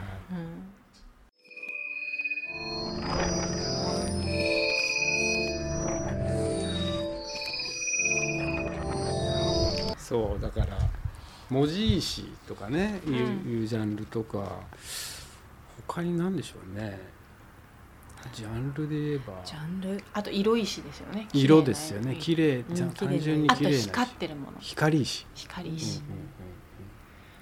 Speaker 1: そうだから文字石とかねいう,、
Speaker 2: うん
Speaker 1: いうジャンルとか他に何でしょうねジャンルで言えば
Speaker 3: ジャンル
Speaker 2: あと色石ですよね
Speaker 1: 色ですよね
Speaker 2: 綺麗
Speaker 1: 綺麗じゃん
Speaker 3: うん
Speaker 1: 単純に
Speaker 2: な
Speaker 1: 綺
Speaker 2: 色あ
Speaker 1: 麗な
Speaker 2: と光ってるもの
Speaker 1: 光石、
Speaker 2: 光
Speaker 1: うんうん
Speaker 2: 石、
Speaker 1: うん、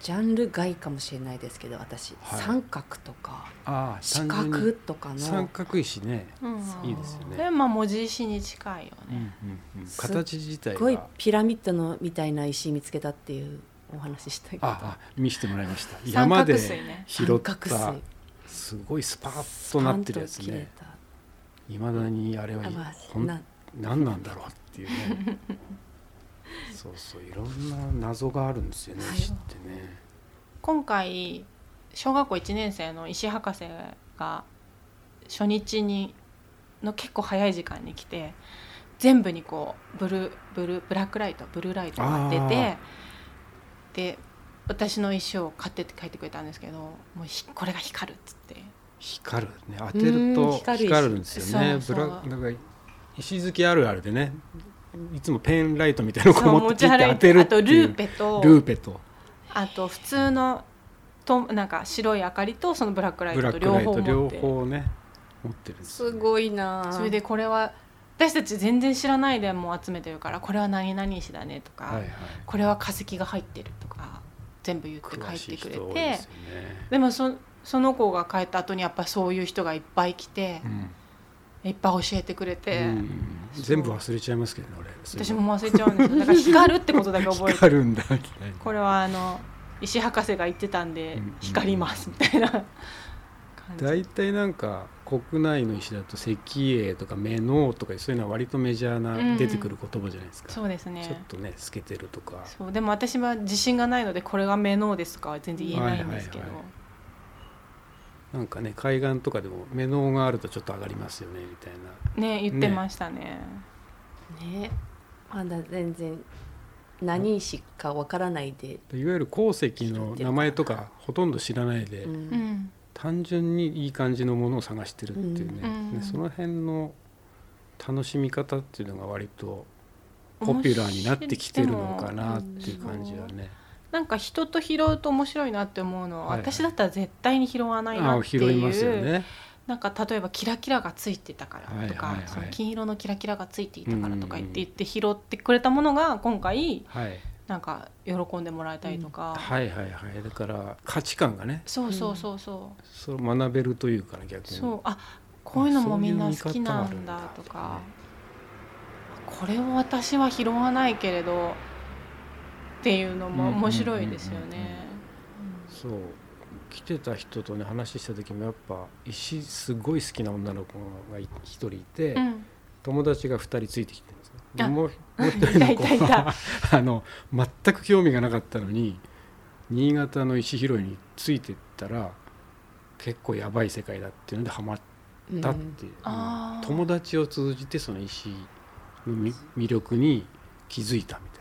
Speaker 3: ジャンル外かもしれないですけど私、
Speaker 1: はい
Speaker 3: 三角とか
Speaker 1: ああ
Speaker 3: 四
Speaker 1: 単純に
Speaker 3: 角とかの
Speaker 1: 三角石ね
Speaker 2: うん
Speaker 3: そう
Speaker 1: いいですよ
Speaker 2: で
Speaker 1: ね、
Speaker 2: まあ文字石に近いよ
Speaker 1: うん
Speaker 2: ね、
Speaker 1: うんうん、
Speaker 3: すっ
Speaker 1: 形自体
Speaker 3: すごい
Speaker 1: が
Speaker 3: ピラミッドのみたいな石見つけたっていうお話したけど
Speaker 1: ああ見せてもらいました
Speaker 2: 三
Speaker 1: 山
Speaker 2: 角
Speaker 1: で
Speaker 2: 錐ね
Speaker 1: 拾っ
Speaker 3: 三角
Speaker 1: た
Speaker 3: 錐
Speaker 1: すごいスパッとなってるやつ
Speaker 3: スパンと切れ
Speaker 1: ね
Speaker 3: た
Speaker 1: いまだにあれは
Speaker 3: あまあ
Speaker 1: ほん
Speaker 3: な
Speaker 1: 何なんだろうっていうねそうそういろんな謎があるんですよね
Speaker 3: はい
Speaker 1: 石ってね
Speaker 2: 今回小学校1年生の石博士が初日にの結構早い時間に来て全部にこうブルーブルーブラックライトブルーライトを当ててで私の石を買ってって書いてくれたんですけどもうひこれが光るっ つって
Speaker 1: 光るね当てると
Speaker 3: うん光る石
Speaker 1: 光るんですよね
Speaker 2: そ
Speaker 1: ブ
Speaker 2: うそう
Speaker 1: ラなんか石好きあるあるでねいつもペンライトみたいなのを
Speaker 2: そう
Speaker 1: 持って切
Speaker 2: 持ち
Speaker 1: って当
Speaker 2: 歩いて
Speaker 1: てる
Speaker 2: あ
Speaker 1: って
Speaker 2: と
Speaker 1: い
Speaker 2: ル
Speaker 1: う
Speaker 2: ーペと
Speaker 1: ルーペと
Speaker 2: あと普通のとなんか白い明かりとそのブラックライ
Speaker 1: ブ
Speaker 2: ト
Speaker 1: ラ
Speaker 2: と
Speaker 1: ックラ
Speaker 2: 両
Speaker 1: イ
Speaker 2: 方
Speaker 1: ト
Speaker 2: 持
Speaker 1: 両
Speaker 2: って
Speaker 1: 方ね持ってるんですよ
Speaker 3: す
Speaker 1: ね
Speaker 3: ごいなあ
Speaker 2: それでこれは私たち全然知らないでもう集めてるからこれは何々石だねとか、
Speaker 1: はいはい
Speaker 2: これは化石が入ってるとか全部言って
Speaker 1: 詳
Speaker 2: 帰
Speaker 1: し
Speaker 2: っ
Speaker 1: い
Speaker 2: てく
Speaker 1: 人
Speaker 2: れ
Speaker 1: 多い
Speaker 2: て
Speaker 1: ですよね
Speaker 2: でもそその子が帰った後にやっぱそういう人がいっぱい来て
Speaker 1: う、ん
Speaker 2: いっぱい教えてくれて、
Speaker 1: うん全部忘れちゃいますけどね俺
Speaker 2: 私も忘れちゃうん ですよだから光るってことだけ覚えて
Speaker 1: 光るんだみたいな
Speaker 2: これはあの石博士が言ってたんで
Speaker 1: うん
Speaker 2: 光りますみたいな感じ、
Speaker 1: 大体なんか国内の石だと石英とかメノーとかそういうのは割とメジャー
Speaker 2: うんう
Speaker 1: なん出てくる言葉じゃないですか、
Speaker 2: そうですね
Speaker 1: ちょっとね透けてるとか
Speaker 2: そうでも私は自信がないのでこれが目のですとかは全然言えないんですけど、
Speaker 1: はいはいはいなんかね海岸とかでもメノーがあるとちょっと上がりますよねみたいな
Speaker 2: ね言ってましたね
Speaker 3: ねまだ全然何石かわからないで、
Speaker 1: いわゆる鉱石の名前とかほとんど知らないで、
Speaker 3: う
Speaker 2: うんん
Speaker 1: 単純にいい感じのものを探してるっていうね,ね、
Speaker 2: うんうん
Speaker 1: その辺の楽しみ方っていうのが割とポピュラーになってきてるのかなっていう感じはね。
Speaker 2: なんか人と拾うと面白いなって思うのは、
Speaker 1: はいはい
Speaker 2: 私だったら絶対に拾わないな
Speaker 1: あ
Speaker 2: って
Speaker 1: 拾
Speaker 2: いう
Speaker 1: いますよね。
Speaker 2: なんか例えばキラキラがついてたからとか、
Speaker 1: はいはいはい
Speaker 2: その金色のキラキラがついていたからとか言っ
Speaker 1: う
Speaker 2: て
Speaker 1: ん
Speaker 2: 言って拾ってくれたものが今回
Speaker 1: はい、
Speaker 2: なんか喜んでもらえたりとか、
Speaker 1: はいはいはいだから価値観がね
Speaker 2: そうそうそうそう、
Speaker 1: そう学べるというかね逆に
Speaker 2: そうあこういうのもみんな好きな
Speaker 1: そういうん見方あるん
Speaker 2: だ
Speaker 1: だと
Speaker 2: とか
Speaker 1: か
Speaker 2: これを私は拾わないけれどっていうのも面白いですよ
Speaker 1: うんうんうん
Speaker 2: ね。
Speaker 1: そう来てた人とね話した時もやっぱ石すごい好きな女の子がい一人いて、
Speaker 2: うん友
Speaker 1: 友達が二人ついてきてるんですよで
Speaker 2: あ
Speaker 1: もう もう一人の子
Speaker 2: いたいた
Speaker 1: は あの全く興味がなかったのに新潟の石拾いについてったら結構やばい世界だっていうのでハマっ
Speaker 3: うん
Speaker 1: だって、あの
Speaker 2: あー
Speaker 1: 友達を通じてその石のみ魅力に気づいたみた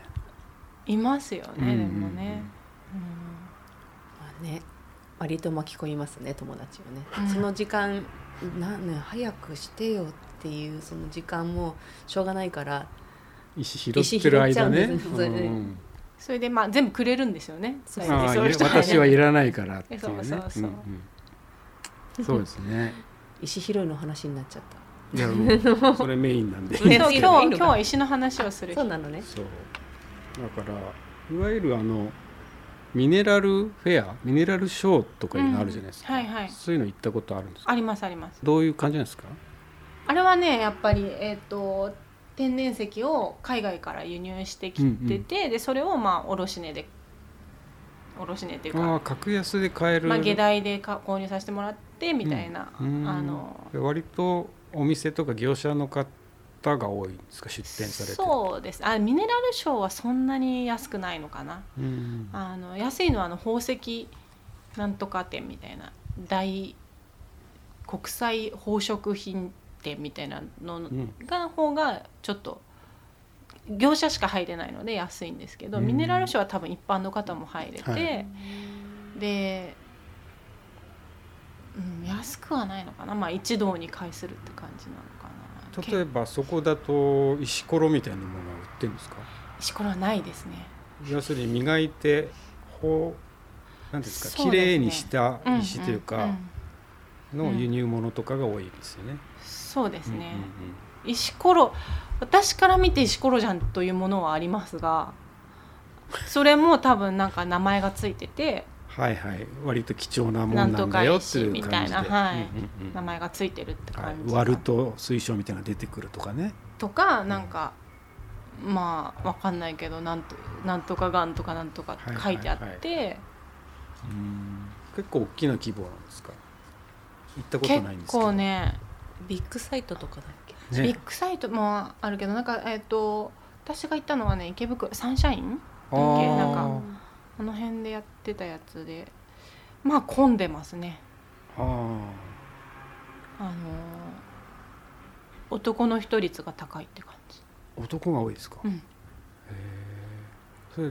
Speaker 1: い
Speaker 2: いますよ
Speaker 1: な。
Speaker 2: ね、でもね、
Speaker 3: まあね割と巻き込みますね友達をね、
Speaker 2: うん
Speaker 3: その時間な、ね、早くしてよっていうその時間もしょうがないから
Speaker 1: うん石拾ってる間ね。
Speaker 3: 石拾っちゃうんですねそれで
Speaker 1: ん
Speaker 2: それでまあ全部くれるんですよね。
Speaker 3: そう
Speaker 1: あ
Speaker 2: 大
Speaker 1: ー
Speaker 3: そう
Speaker 2: 体そういう人ね
Speaker 1: 私はいらないからっていうね。
Speaker 2: そうそうそうん
Speaker 1: うんそうです ね。
Speaker 3: 石拾いの話になっちゃっ
Speaker 1: いやもうそれメインなん で。
Speaker 2: ね、そう今日は
Speaker 3: ね
Speaker 2: 今日は石の話をす
Speaker 3: た
Speaker 2: る
Speaker 3: そう
Speaker 2: 日。
Speaker 3: なのね
Speaker 1: そうだからいわゆるあのミネラルフェアミネラルショーとかいうのあるじゃないですか、
Speaker 2: うんはいはい
Speaker 1: そういうの行ったことあるんですか
Speaker 2: ありますあります。
Speaker 1: どういう感じなんですか
Speaker 2: あれはねやっぱりえっ、と天然石を海外から輸入してきてて、でそれをまあ卸値で卸値っていう
Speaker 1: ああ
Speaker 2: か、
Speaker 1: 格安で買える、
Speaker 2: まあ下代でか購入させてもらってみたいな、
Speaker 1: うん
Speaker 2: あの
Speaker 1: 割とお店とか業者の方が多いんですか出店されて
Speaker 2: そうです。あミネラルショーはそんなに安くないのかな。
Speaker 1: う、ん、
Speaker 2: あの安いのはあの宝石なんとか店みたいな大国際宝飾品店みたいなの
Speaker 1: ん
Speaker 2: が方がちょっと業者しか入れないので安いんですけど、
Speaker 1: うん
Speaker 2: ミネラルショーは多分一般の方も入れて、
Speaker 1: は
Speaker 2: で、うん、安くはないのかな、まあ、一堂に会するって感じなのかな
Speaker 1: 例えばそこだと石ころみたいなものが売ってるんですか
Speaker 2: 石ころはないですね
Speaker 1: 要するに磨いてほうなんですか
Speaker 2: そう
Speaker 1: 綺
Speaker 2: ですね
Speaker 1: 麗にした
Speaker 2: うん
Speaker 1: 石という
Speaker 2: うんう
Speaker 1: か
Speaker 2: ん
Speaker 1: の輸入物とかが多いですよね。
Speaker 2: そうですね、
Speaker 1: うんうんうん
Speaker 2: 石ころ私から見て石ころじゃんというものはありますがそれも多分なんか名前がついてて
Speaker 1: はいはい割と貴重なもんなんだよっていう感じで
Speaker 2: なんとか石みたいなはい
Speaker 1: うんうんうん
Speaker 2: 名前がついてるって
Speaker 1: はい
Speaker 2: 感じ、
Speaker 1: 割ると水晶みたいなのが出てくるとかね
Speaker 2: とかなんか、まあわかんないけどなんとなんとかがんとかなんとかって書いてあって、
Speaker 1: うん結構大きな規模なんですか行ったことないん
Speaker 2: 結
Speaker 1: ですけど
Speaker 2: 構ね
Speaker 3: ビッグサイトとかだっけ
Speaker 1: ね
Speaker 2: ビッグサイトもあるけどなんかえっ、と私が行ったのはね池袋サンシャイン
Speaker 1: あ
Speaker 2: け
Speaker 1: ー
Speaker 2: なんかこの辺でやってたやつでまあ混んでますね。
Speaker 1: あ
Speaker 2: あのー男の人率が高いって感じ。
Speaker 1: ー男が多いですか、
Speaker 2: う
Speaker 1: へ
Speaker 2: ん
Speaker 1: えそれ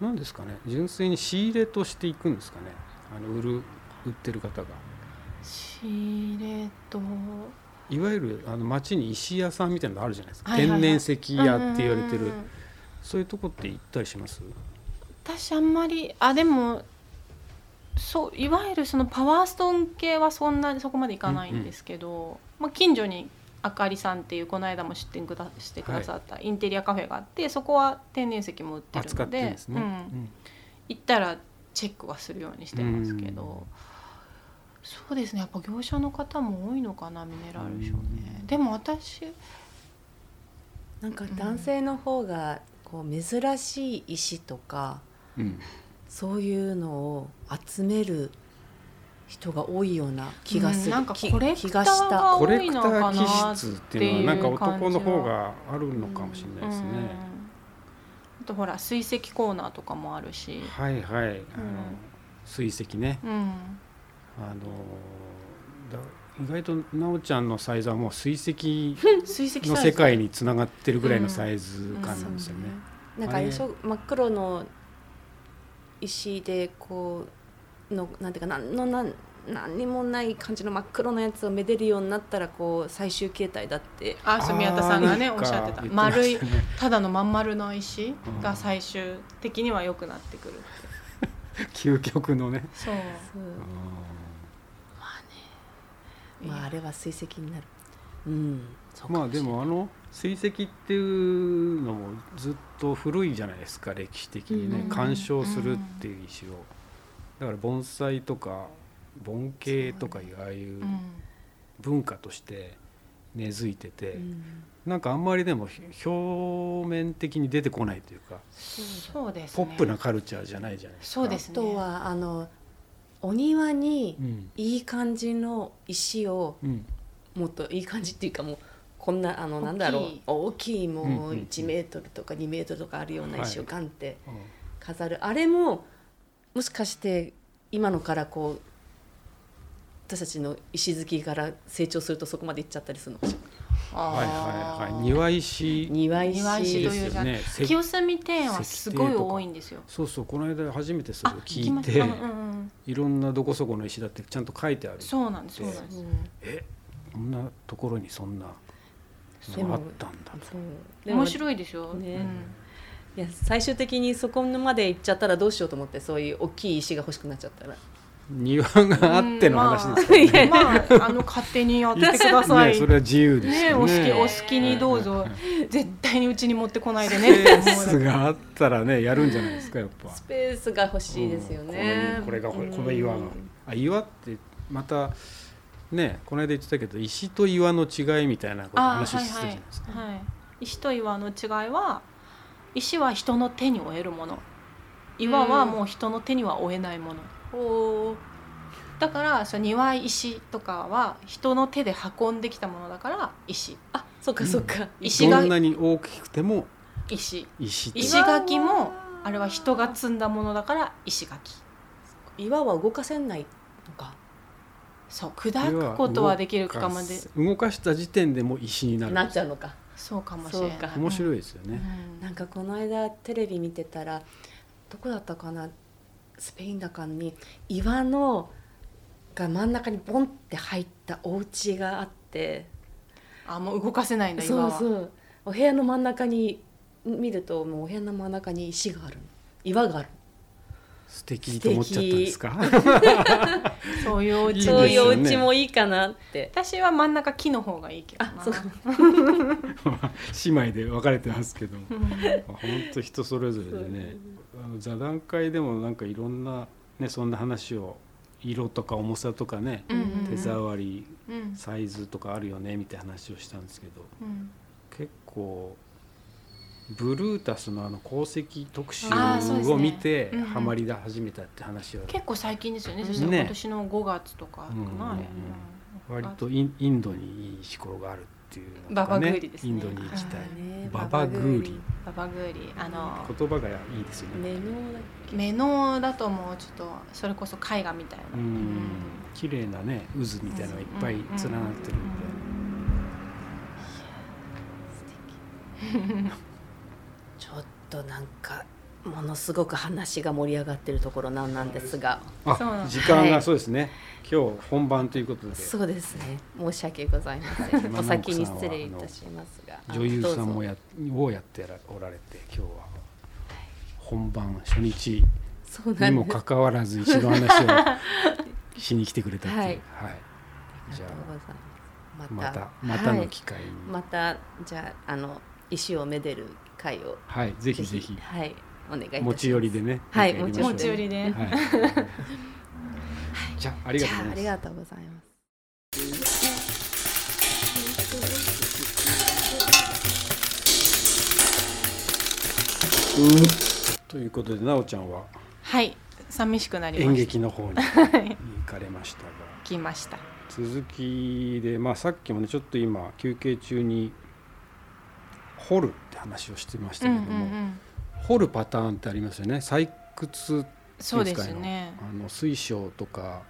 Speaker 1: なんですかね純粋に仕入れとしていくんですかねあの売る売ってる方が
Speaker 2: 仕入れと
Speaker 1: いわゆるあの町に石屋さんみたいなのあるじゃないですか、
Speaker 2: はいはいはい
Speaker 1: 天然石屋って言われて
Speaker 2: うんう
Speaker 1: る
Speaker 2: んうん
Speaker 1: そういうとこって行ったりします
Speaker 2: 私あんまりあでもそういわゆるそのパワーストーン系はそんなそこまでいかないんですけど、まあ、近所にあかりさんっていうこの間も出店くだしてくださったインテリアカフェがあって、そこは天然石も売ってる
Speaker 1: 扱っ
Speaker 2: の
Speaker 1: てるん
Speaker 2: で
Speaker 1: ですね、
Speaker 2: うん、行ったらチェックはするようにしてますけど、
Speaker 1: うん
Speaker 2: そうですねやっぱ業者の方も多いのかなミネラルショーね、
Speaker 1: うん
Speaker 2: でも私
Speaker 3: なんか男性の方がこう珍しい石とか
Speaker 1: うんうん
Speaker 3: そういうのを集める人が多いような気がする、
Speaker 2: うんなんか
Speaker 3: き
Speaker 2: コレク
Speaker 3: 気が
Speaker 2: ター
Speaker 3: した
Speaker 2: が
Speaker 1: コ
Speaker 2: 多
Speaker 1: レク
Speaker 2: い
Speaker 1: タ
Speaker 2: のかな
Speaker 1: ー気質っていうのはなんか男の方があるのかもしれないですね、
Speaker 2: うんあとほら水石コーナーとかもあるし、
Speaker 1: はいはいあの、水石ね
Speaker 2: うん、
Speaker 1: あのだ意外と奈緒ちゃんのサイズはもう水石
Speaker 2: 水石サイズ
Speaker 1: の世界につながってるぐらいのサイズ感なんですよね。
Speaker 3: なんかあれでし
Speaker 1: あ
Speaker 3: ょ真っ黒の石でこうのなんていうかなんのなん何にもない感じの真っ黒のやつをめでるようになったらこう最終形態だって
Speaker 2: あそう宮田さんがね
Speaker 1: あー
Speaker 2: おっしゃってた
Speaker 1: なんか
Speaker 2: 丸
Speaker 1: 言
Speaker 2: い
Speaker 1: ってましたね
Speaker 2: ただのまん丸の石
Speaker 1: う
Speaker 2: が
Speaker 1: ん
Speaker 2: 最終的には良くなってくるって
Speaker 1: 究極のね。
Speaker 2: そう
Speaker 3: まああれは水石になるうんそうか
Speaker 1: まあ
Speaker 3: もしれ
Speaker 1: で
Speaker 3: ない
Speaker 1: もあの水石っていうのもずっと古いじゃないですか歴史的にね、
Speaker 2: うん
Speaker 1: 鑑賞するっていう石をだから盆栽とか盆景とかいうああいう
Speaker 2: うん
Speaker 1: 文化として根付いてて、
Speaker 3: うん
Speaker 1: なんかあんまりでもひ表面的に出てこないというか
Speaker 2: そうですね
Speaker 1: ポップなカルチャーじゃないじゃないですか。
Speaker 2: そうで
Speaker 3: あ
Speaker 2: すね
Speaker 3: とはあのお庭に
Speaker 1: うん
Speaker 3: いい感じの石を
Speaker 1: うん
Speaker 3: もっといい感じっていうかもうこんなあのなんだろう大きいもう1メートルとか2メートルとかあるような石をガンって。飾るあれももしかして今のからこう私たちの石好きから成長するとそこまでいっちゃったりするのかしら
Speaker 1: はいはいはい庭石
Speaker 3: 庭石
Speaker 2: 庭石
Speaker 1: で
Speaker 2: と
Speaker 1: す
Speaker 2: いう
Speaker 1: よ
Speaker 2: か
Speaker 1: ね。石
Speaker 2: 清澄庭園はすごい多いんですよ
Speaker 1: そうそうこの間初めてそれ
Speaker 2: あ
Speaker 1: を
Speaker 2: 行き
Speaker 1: 聞
Speaker 2: ま
Speaker 1: い
Speaker 2: してたうんうんうん
Speaker 1: いろんなどこそこの石だってちゃんと書いてある
Speaker 2: そうなんですそうなんです
Speaker 1: えこんなところにそんな
Speaker 3: で
Speaker 1: の
Speaker 3: も
Speaker 1: あったんだ
Speaker 3: そう
Speaker 2: 面
Speaker 3: い
Speaker 2: 白いでしょ
Speaker 3: ね
Speaker 2: うん
Speaker 3: いや最終的にそこまでいっちゃったらどうしようと思ってそういう大きい石が欲しくなっちゃったら
Speaker 1: 庭があっての話ですからね
Speaker 2: まあ、あの勝手にやってくださ
Speaker 1: ね
Speaker 2: い。
Speaker 1: それは自由です
Speaker 2: ね、
Speaker 1: よ
Speaker 2: お好
Speaker 1: ね
Speaker 2: き、お好きにどう
Speaker 1: は
Speaker 2: ぞ
Speaker 1: いはい。
Speaker 2: 絶対にうちに持ってこないでねって 思
Speaker 1: スペース
Speaker 2: う。
Speaker 1: があったらねやるんじゃないですかやっぱ
Speaker 3: スペースが欲しいですよね
Speaker 1: う、んこれこれがこれこの岩が
Speaker 3: うん
Speaker 1: あ岩ってまたねこの間言ってたけど石と岩の違いみたいなこと
Speaker 2: あー
Speaker 1: 話
Speaker 2: は
Speaker 1: してたじゃ
Speaker 2: い
Speaker 1: ないですか、
Speaker 2: はい。はい。石と岩の違いは。石は人の手に負えるもの。岩はもう人の手には負えないもの。
Speaker 3: ほう
Speaker 2: だから、その庭石とかは人の手で運んできたものだから、石。
Speaker 3: あそっかそっか、
Speaker 2: 石が
Speaker 1: どんなに大きくても
Speaker 2: 石。
Speaker 1: 石って
Speaker 2: 石垣も、あれは人が積んだものだから、石垣。
Speaker 3: 岩は動かせないのか
Speaker 2: そう、砕くことはできるかもで。
Speaker 1: 動かした時点でもう石になる
Speaker 3: なっちゃうのか
Speaker 2: そうかもしれない
Speaker 3: そうか。
Speaker 1: 面
Speaker 2: い。
Speaker 1: 白いですよね、
Speaker 3: なんかこの間テレビ見てたらどこだったかなスペインだかに岩のが真ん中にボンって入ったお家があって
Speaker 2: あ、もう動かせないんだ、今
Speaker 3: そう
Speaker 2: は。
Speaker 3: そうお部屋の真ん中に見るともうお部屋の真ん中に石があるの岩がある
Speaker 1: 素敵と思っちゃったんですか
Speaker 2: そういうお
Speaker 1: いいで
Speaker 2: 家
Speaker 1: すね
Speaker 3: そ
Speaker 2: そううい
Speaker 3: いううお家もいいかなって
Speaker 2: 私は真ん中木の方がいいけどな
Speaker 3: あそう
Speaker 1: 姉妹で分かれてますけ ども
Speaker 2: うん
Speaker 1: 本当人それぞれでねあの座談会でもなんかいろんなねそんな話を色とか重さとかね
Speaker 2: うんうん
Speaker 1: 手触り
Speaker 2: うん
Speaker 1: サイズとかあるよねみたいな話をしたんですけど
Speaker 2: うん
Speaker 1: 結構ブルータスのあの功績特集
Speaker 2: あーそうですね
Speaker 1: を見て
Speaker 2: うんうん
Speaker 1: ハマりだ始めたって話を
Speaker 2: 結構最近ですよね。そして
Speaker 1: ね
Speaker 2: 今年の5月とかか
Speaker 1: うんうんうん
Speaker 2: なあれ。
Speaker 1: 割とインインドにいい思考があるっていうの
Speaker 2: バ
Speaker 1: が
Speaker 2: バグ
Speaker 1: ね
Speaker 2: ーリです
Speaker 1: イ
Speaker 2: ね
Speaker 1: ンドに行きたい
Speaker 2: あー
Speaker 3: ね
Speaker 1: ババグーリ
Speaker 2: ババグーリあの
Speaker 1: 言葉がいいですよね
Speaker 3: 目の
Speaker 2: 目のだともうちょっとそれこそ絵画みたいな。
Speaker 1: う
Speaker 2: うんん
Speaker 1: 綺麗なね渦みたいなのがいっぱい連なってるみたいな。
Speaker 3: ちょっとなんかものすごく話が盛り上がってるところなんなんですが
Speaker 2: そうなん
Speaker 1: あ、
Speaker 2: です
Speaker 1: 時間
Speaker 3: は
Speaker 1: が
Speaker 3: い
Speaker 1: そうですね。今日本番ということで、
Speaker 3: そうですね。申し訳ございません。
Speaker 1: 今
Speaker 3: お先に失礼いたしますが。
Speaker 1: 女優さんも
Speaker 3: や
Speaker 1: やをやってらおられて、今日は本番初日
Speaker 3: そう
Speaker 1: に
Speaker 3: なん
Speaker 1: も
Speaker 3: です
Speaker 1: かかわら ず一度話をしに来てくれたっていう、は
Speaker 3: はいい
Speaker 1: じゃ
Speaker 3: ありがとうございます
Speaker 1: ま
Speaker 3: ま
Speaker 1: た
Speaker 3: た
Speaker 1: また
Speaker 3: は
Speaker 1: の
Speaker 3: い
Speaker 1: 機会に、
Speaker 3: またじゃああの石をめでる会を
Speaker 1: はい、ぜひぜひ
Speaker 3: はいお願いいたします
Speaker 1: 持ち寄りでね、
Speaker 3: はい
Speaker 1: なんかやりましょう
Speaker 2: 持ち寄りで、
Speaker 1: はい、じゃああり
Speaker 3: じ
Speaker 1: が
Speaker 3: ゃ
Speaker 1: とうござい
Speaker 3: ああ
Speaker 1: ます
Speaker 3: りがとうございます
Speaker 1: ということで奈緒ちゃんは
Speaker 2: はい寂しくなり
Speaker 1: 演
Speaker 2: まし
Speaker 1: 劇の方に
Speaker 2: たはい
Speaker 1: 行かれましたが
Speaker 2: 来ました
Speaker 1: 続きで、まあ、さっきもねちょっと今休憩中に掘るって話をしてました
Speaker 2: う
Speaker 1: け
Speaker 2: ん
Speaker 1: ど
Speaker 2: うんう
Speaker 1: も、
Speaker 2: ん
Speaker 1: 掘るパターンってありますよね採掘
Speaker 2: そうですね
Speaker 1: あの水晶とか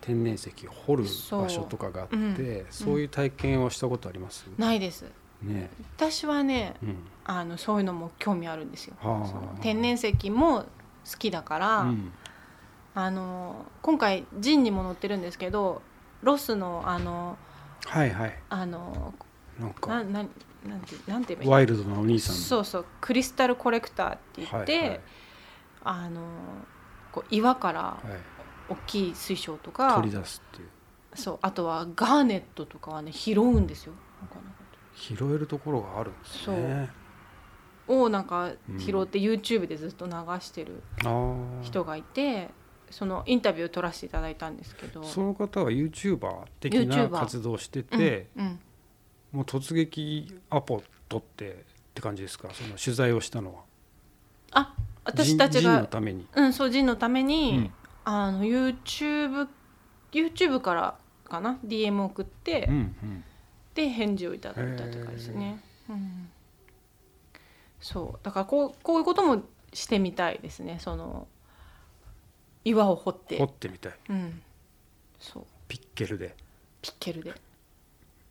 Speaker 1: 天然石を掘る場所とかがあってそう,、
Speaker 2: うん
Speaker 1: いう体験をしたことあります、
Speaker 2: ないです
Speaker 1: ね
Speaker 2: 私はね
Speaker 1: うん
Speaker 2: あのそういうのも興味あるんですよ
Speaker 1: はあ
Speaker 2: その天然石も好きだから、
Speaker 1: うん
Speaker 2: あの今回ジンにも載ってるんですけどロスのあの
Speaker 1: はいはい
Speaker 2: あの
Speaker 1: なんか
Speaker 2: なななんてなんて言えばいいの
Speaker 1: ワイルドなお兄さん
Speaker 2: そうそうクリスタルコレクターって言って、
Speaker 1: はいはい
Speaker 2: あのこう岩から
Speaker 1: はい、
Speaker 2: 大きい水晶とか、
Speaker 1: 取り出すっていう
Speaker 2: そうあとはガーネットとかはね拾うんですよなんかなんか
Speaker 1: 拾えるところがあるんですね
Speaker 2: をなんか拾って YouTube でずっと流してる
Speaker 1: ああ
Speaker 2: 人がいて、そのインタビューを取らせていただいたんですけど。
Speaker 1: その方は YouTuber 的な
Speaker 2: YouTuber
Speaker 1: 活動をして
Speaker 2: うん
Speaker 1: て、
Speaker 2: うん
Speaker 1: もう突撃アポ取ってって感じですかその取材をしたのは
Speaker 2: あ私た
Speaker 1: 人
Speaker 2: ち
Speaker 1: 人の
Speaker 2: が
Speaker 1: ために、
Speaker 2: うんそうジンのために、
Speaker 1: うん
Speaker 2: あの YouTube, YouTube からかな DM 送って、
Speaker 1: うんうん、
Speaker 2: で返事をいただいたとかですね、うん、そうだからこうこういうこともしてみたいですねその岩を掘って
Speaker 1: 掘ってみたい
Speaker 2: うん、そう
Speaker 1: ピッケルで
Speaker 2: ピッケルで